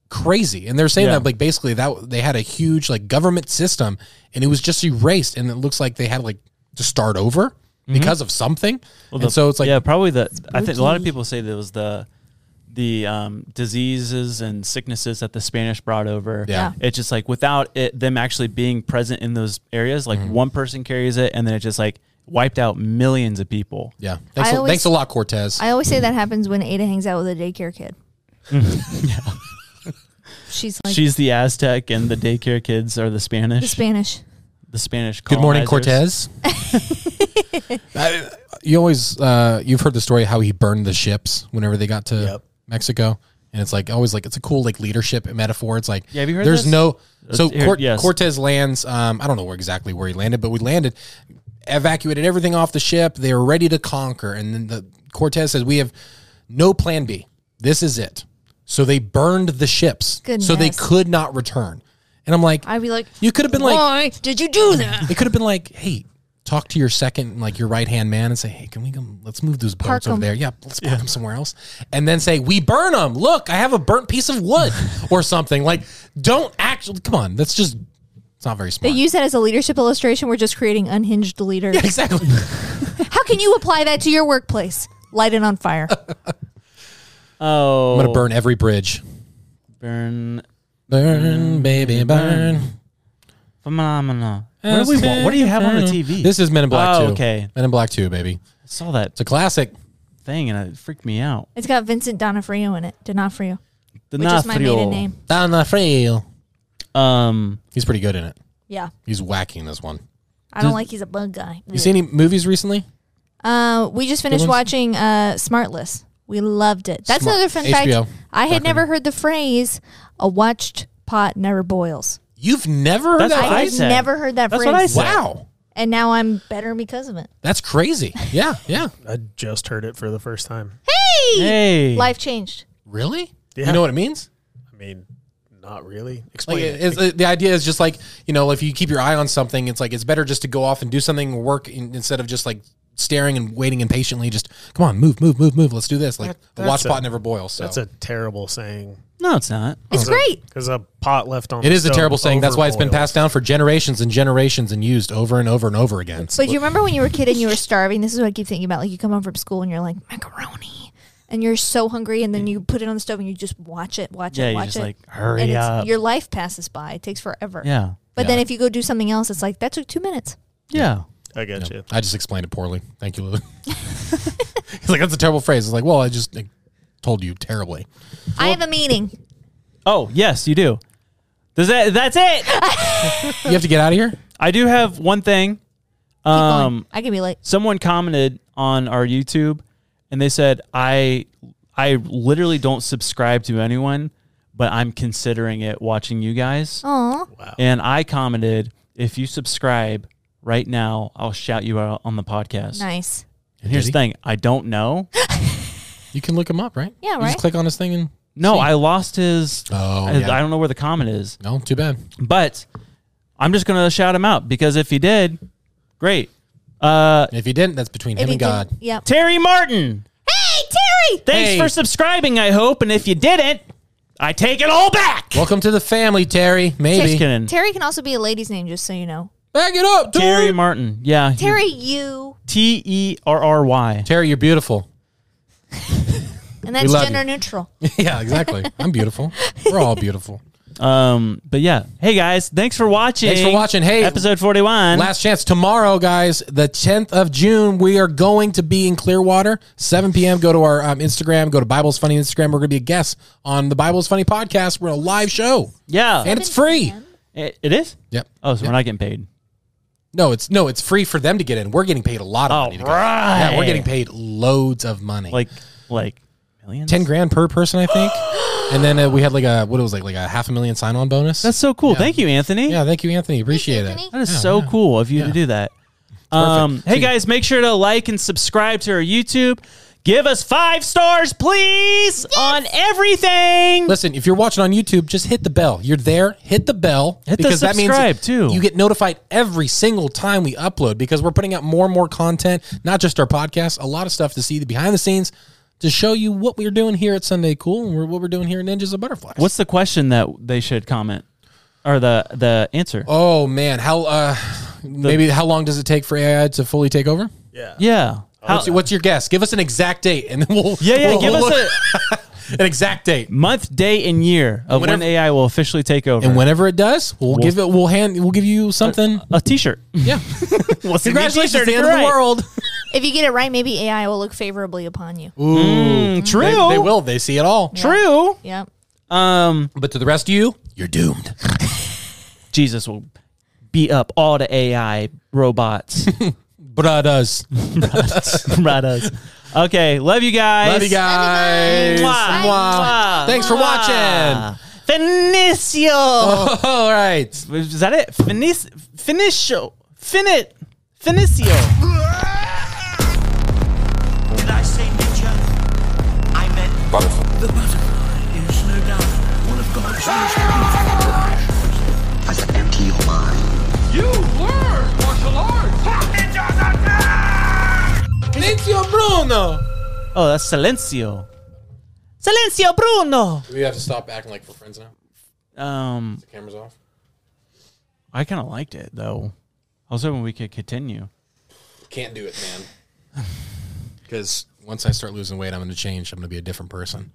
[SPEAKER 4] crazy. And they're saying
[SPEAKER 10] Yeah.
[SPEAKER 4] that like basically that they had a huge like government system, and it was just erased, and it looks like they had like to start over because of something.
[SPEAKER 10] Mm-hmm. the-
[SPEAKER 4] and so it's like
[SPEAKER 10] yeah, probably the. I think a lot of people say that it was the the um, diseases and sicknesses that the Spanish brought over.
[SPEAKER 4] Yeah.
[SPEAKER 10] it's just like without it, them actually being present in those areas,
[SPEAKER 4] Mm-hmm.
[SPEAKER 10] like one person carries it, and then it just like wiped out millions of people.
[SPEAKER 4] yeah. Thanks,
[SPEAKER 3] I
[SPEAKER 4] a-
[SPEAKER 3] always-
[SPEAKER 4] thanks a lot, Cortez.
[SPEAKER 3] I always say that happens when Ada hangs out with a daycare kid. She's like
[SPEAKER 10] She's the Aztec, and the daycare kids are the Spanish.
[SPEAKER 3] the Spanish.
[SPEAKER 10] the Spanish.
[SPEAKER 4] Good morning,
[SPEAKER 10] colonizers.
[SPEAKER 4] Cortez. I- you always uh, you've heard the story how he burned the ships whenever they got to
[SPEAKER 6] Yep.
[SPEAKER 4] Mexico, and it's like always like it's a cool like leadership metaphor. It's like
[SPEAKER 10] Yeah, have you heard
[SPEAKER 4] there's
[SPEAKER 10] this?
[SPEAKER 4] no so
[SPEAKER 10] Let's hear-
[SPEAKER 4] Cor-
[SPEAKER 10] yes.
[SPEAKER 4] Cortez lands. Um, I don't know where exactly where he landed, but we landed, evacuated everything off the ship. They were ready to conquer, and then the Cortez says we have no plan B. This is it. So they burned the ships, so they
[SPEAKER 3] Goodness.
[SPEAKER 4] could not return. And I'm like,
[SPEAKER 3] I'd be like,
[SPEAKER 4] you could have been like,
[SPEAKER 3] why did you do that?
[SPEAKER 4] it could have been like, hey, talk to your second, like your right hand man, and say, hey, can we go? Let's move those boats
[SPEAKER 3] Park
[SPEAKER 4] over
[SPEAKER 3] 'em.
[SPEAKER 4] there. Yeah, let's park them somewhere else, and then say, we burn them. Look, I have a burnt piece of wood or something. Like, don't actually. Come on, that's just. It's not very
[SPEAKER 3] They
[SPEAKER 4] smart.
[SPEAKER 3] use that as a leadership illustration. We're just creating unhinged leaders.
[SPEAKER 4] exactly.
[SPEAKER 3] How can you apply that to your workplace? Light it on fire.
[SPEAKER 10] Oh,
[SPEAKER 4] I'm gonna burn every bridge.
[SPEAKER 10] burn
[SPEAKER 4] Burn, baby, burn.
[SPEAKER 10] phenomena. Mm, What do we? wa- What do you have on the TV?
[SPEAKER 4] This is Men in Black
[SPEAKER 10] Oh,
[SPEAKER 4] Two.
[SPEAKER 10] okay.
[SPEAKER 4] Men in Black Two, baby.
[SPEAKER 10] I saw that
[SPEAKER 4] It's a classic.
[SPEAKER 10] thing and it freaked me out.
[SPEAKER 3] It's got Vincent D'Onofrio in it. D'Onofrio,
[SPEAKER 10] The
[SPEAKER 3] which is my maiden name.
[SPEAKER 4] Donna Frail.
[SPEAKER 10] Um,
[SPEAKER 4] He's pretty good in it.
[SPEAKER 3] Yeah.
[SPEAKER 4] He's wacky in this one.
[SPEAKER 3] I don't like he's a bug guy.
[SPEAKER 4] You see any movies recently?
[SPEAKER 3] Uh, we just finished
[SPEAKER 4] ones?
[SPEAKER 3] watching uh, Smartless. We loved it. That's
[SPEAKER 4] Smart.
[SPEAKER 3] another fun
[SPEAKER 4] HBO.
[SPEAKER 3] fact. I had never heard the phrase "a watched pot never boils."
[SPEAKER 4] You've never heard
[SPEAKER 10] That's
[SPEAKER 4] that
[SPEAKER 10] what
[SPEAKER 3] I
[SPEAKER 10] I
[SPEAKER 4] phrase?
[SPEAKER 3] had
[SPEAKER 10] said.
[SPEAKER 3] never heard that
[SPEAKER 10] That's
[SPEAKER 3] phrase,
[SPEAKER 10] what I said.
[SPEAKER 4] Wow.
[SPEAKER 3] and now I'm better because of it.
[SPEAKER 4] That's crazy. Yeah, yeah.
[SPEAKER 6] I just heard it for the first time.
[SPEAKER 10] Hey.
[SPEAKER 3] Life changed.
[SPEAKER 4] Really?
[SPEAKER 6] Yeah.
[SPEAKER 4] You know what it means?
[SPEAKER 6] I mean, not really.
[SPEAKER 4] Like
[SPEAKER 6] Explain it.
[SPEAKER 4] it's, uh, the idea is just like you know, if you keep your eye on something, it's like it's better just to go off and do something, and work in, instead of just like staring and waiting impatiently. Just come on, move, move, move, move. Let's do this. Like the watch
[SPEAKER 6] a-
[SPEAKER 4] pot never boils. So
[SPEAKER 6] That's a terrible saying.
[SPEAKER 10] No, it's not.
[SPEAKER 3] It's great.
[SPEAKER 6] Because a pot left on
[SPEAKER 4] it
[SPEAKER 6] the
[SPEAKER 4] is a
[SPEAKER 6] stove
[SPEAKER 4] terrible saying. That's why it's been
[SPEAKER 6] overboils.
[SPEAKER 4] passed down for generations and generations and used over and over and over again.
[SPEAKER 3] But you remember when you were a kid and you were starving? This is what I keep thinking about. Like you come home from school and you're like macaroni, and you're so hungry, and then you put it on the stove and you just watch it, watch
[SPEAKER 10] Yeah,
[SPEAKER 3] it,
[SPEAKER 10] you're
[SPEAKER 3] watch
[SPEAKER 10] just
[SPEAKER 3] it.
[SPEAKER 10] like, hurry
[SPEAKER 3] and it's-
[SPEAKER 10] up.
[SPEAKER 3] Your life passes by. It takes forever.
[SPEAKER 10] Yeah.
[SPEAKER 3] But then if you go do something else, it's like that took two minutes.
[SPEAKER 10] Yeah.
[SPEAKER 6] I got you.
[SPEAKER 4] I just explained it poorly. Thank you, Lulu. He's like, that's a terrible phrase. It's like, well, I just like, told you terribly.
[SPEAKER 3] I have a meeting.
[SPEAKER 10] Oh, yes, you do. Does that that's it.
[SPEAKER 4] You have to get out of here.
[SPEAKER 10] I do have one thing.
[SPEAKER 3] Keep
[SPEAKER 10] Um
[SPEAKER 3] going. I can be like,
[SPEAKER 10] someone commented on our YouTube and they said I I literally don't subscribe to anyone, but I'm considering it watching you guys.
[SPEAKER 3] oh,
[SPEAKER 10] And I commented, if you subscribe right now, I'll shout you out on the podcast.
[SPEAKER 3] nice.
[SPEAKER 10] And here's the thing, I don't know.
[SPEAKER 4] You can look him up, right?
[SPEAKER 3] Yeah,
[SPEAKER 4] You just
[SPEAKER 3] right.
[SPEAKER 4] click on his thing and
[SPEAKER 10] No, I lost his
[SPEAKER 4] oh,
[SPEAKER 10] I,
[SPEAKER 4] yeah.
[SPEAKER 10] I don't know where the comment is,
[SPEAKER 4] no, too bad.
[SPEAKER 10] but I'm just going to shout him out because if he did, great. Uh
[SPEAKER 4] If he didn't, that's between him
[SPEAKER 3] If you
[SPEAKER 4] and God.
[SPEAKER 3] didn't- Yep.
[SPEAKER 10] Terry Martin.
[SPEAKER 3] Hey, Terry.
[SPEAKER 10] Thanks
[SPEAKER 4] Hey.
[SPEAKER 10] for subscribing, I hope. And if you didn't, I take it all back.
[SPEAKER 4] Welcome to the family, Terry.
[SPEAKER 10] Just
[SPEAKER 4] Maybe
[SPEAKER 10] kidding.
[SPEAKER 3] Terry can also be a lady's name, just so you know.
[SPEAKER 4] back it up,
[SPEAKER 10] Terry
[SPEAKER 4] Terry.
[SPEAKER 10] Martin. Yeah. he-
[SPEAKER 3] Terry, you.
[SPEAKER 10] T E R R Y.
[SPEAKER 4] Terry, you're beautiful.
[SPEAKER 3] And that's
[SPEAKER 4] love
[SPEAKER 3] gender
[SPEAKER 4] you.
[SPEAKER 3] neutral.
[SPEAKER 4] yeah, exactly. I'm beautiful. We're all beautiful.
[SPEAKER 10] Um, but yeah. Hey guys, thanks for watching.
[SPEAKER 4] Thanks for watching. Hey,
[SPEAKER 10] Episode 41.
[SPEAKER 4] Last chance tomorrow, guys. The 10th of June, we are going to be in Clearwater, 7 p.m. Go to our um, Instagram. Go to Bible's Funny Instagram. We're going to be a guest on the Bible's Funny podcast. We're a live show,
[SPEAKER 10] yeah.
[SPEAKER 4] and it's free.
[SPEAKER 10] It- it is?
[SPEAKER 4] Yep.
[SPEAKER 10] Oh, so we're not getting paid.
[SPEAKER 4] No, it's no, it's free for them to get in. We're getting paid a lot of
[SPEAKER 10] All
[SPEAKER 4] money. To go. Yeah, we're
[SPEAKER 10] right.
[SPEAKER 4] getting paid loads of money,
[SPEAKER 10] Like, like millions?
[SPEAKER 4] ten grand per person, I think. and then uh, we had like a what it was like like a half a million sign on bonus.
[SPEAKER 10] That's so cool. Thank you, Anthony.
[SPEAKER 4] yeah, thank you, Anthony. Appreciate
[SPEAKER 3] Anthony.
[SPEAKER 4] it.
[SPEAKER 10] That is so cool of you to do that. Um, hey
[SPEAKER 4] See-
[SPEAKER 10] guys, make sure to like and subscribe to our YouTube. Give us five stars, please, on everything.
[SPEAKER 4] Listen, if you're watching on YouTube, just hit the bell. You're there, hit the bell.
[SPEAKER 10] Hit the subscribe, too.
[SPEAKER 4] You get notified every single time we upload because we're putting out more and more content, not just our podcast, a lot of stuff to see the behind the scenes to show you what we're doing here at Sunday Cool and we're, what we're doing here at Ninjas of Butterflies.
[SPEAKER 10] What's the question that they should comment or the the answer?
[SPEAKER 4] Oh man, how uh maybe how long does it take for AI to fully take over?
[SPEAKER 10] Yeah. How-
[SPEAKER 4] What's, what's your guess? Give us an exact date, and then we'll
[SPEAKER 10] yeah, yeah.
[SPEAKER 4] we'll-
[SPEAKER 10] give
[SPEAKER 4] we'll
[SPEAKER 10] us
[SPEAKER 4] look- an exact date.
[SPEAKER 10] a month, day, and year of
[SPEAKER 4] Whenever-
[SPEAKER 10] when AI will officially take over.
[SPEAKER 4] And whenever it does, we'll, give it. We'll hand. We'll give you something.
[SPEAKER 10] a T-shirt.
[SPEAKER 4] yeah.
[SPEAKER 10] What's the new
[SPEAKER 4] Congratulations,
[SPEAKER 10] t-shirt
[SPEAKER 4] the
[SPEAKER 10] if
[SPEAKER 4] end
[SPEAKER 10] you're
[SPEAKER 4] of the
[SPEAKER 10] right?
[SPEAKER 4] world.
[SPEAKER 3] If you get it right, maybe AI will look favorably upon you.
[SPEAKER 4] Ooh,
[SPEAKER 10] Mm, true.
[SPEAKER 4] They, they will. They see it all.
[SPEAKER 10] True.
[SPEAKER 3] Yep.
[SPEAKER 10] Um,
[SPEAKER 4] But to the rest of you, you're doomed.
[SPEAKER 10] Jesus will beat up all the AI robots.
[SPEAKER 4] Brothers.
[SPEAKER 10] Radas. Okay, love you guys.
[SPEAKER 4] Love you guys.
[SPEAKER 10] Mwah.
[SPEAKER 4] Mwah.
[SPEAKER 10] Mwah. Oh.
[SPEAKER 4] Thanks for watching.
[SPEAKER 10] Finicio.
[SPEAKER 4] All right.
[SPEAKER 10] Is that it? Finis Finicio. Finit. Finicio.
[SPEAKER 7] Did I say ninja? I meant butterfly. The butterfly is no doubt one of God's most beautiful creations.
[SPEAKER 11] Has an empty mind.
[SPEAKER 7] You learn martial arts. Ninjas are
[SPEAKER 4] Ninja Bruno.
[SPEAKER 10] Oh, that's Silencio. Silencio Bruno.
[SPEAKER 4] We have to stop acting like we're friends now.
[SPEAKER 10] Um,
[SPEAKER 4] The camera's off.
[SPEAKER 10] I kind of liked it though. I was hoping we could continue.
[SPEAKER 4] Can't do it, man. Because once I start losing weight, I'm going to change. I'm going to be a different person.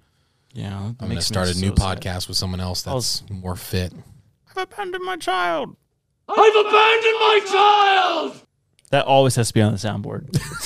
[SPEAKER 10] Yeah,
[SPEAKER 4] I'm going to start a new podcast with someone else that's more fit.
[SPEAKER 10] I've abandoned my child.
[SPEAKER 8] I've abandoned my child!
[SPEAKER 10] That always has to be on the soundboard.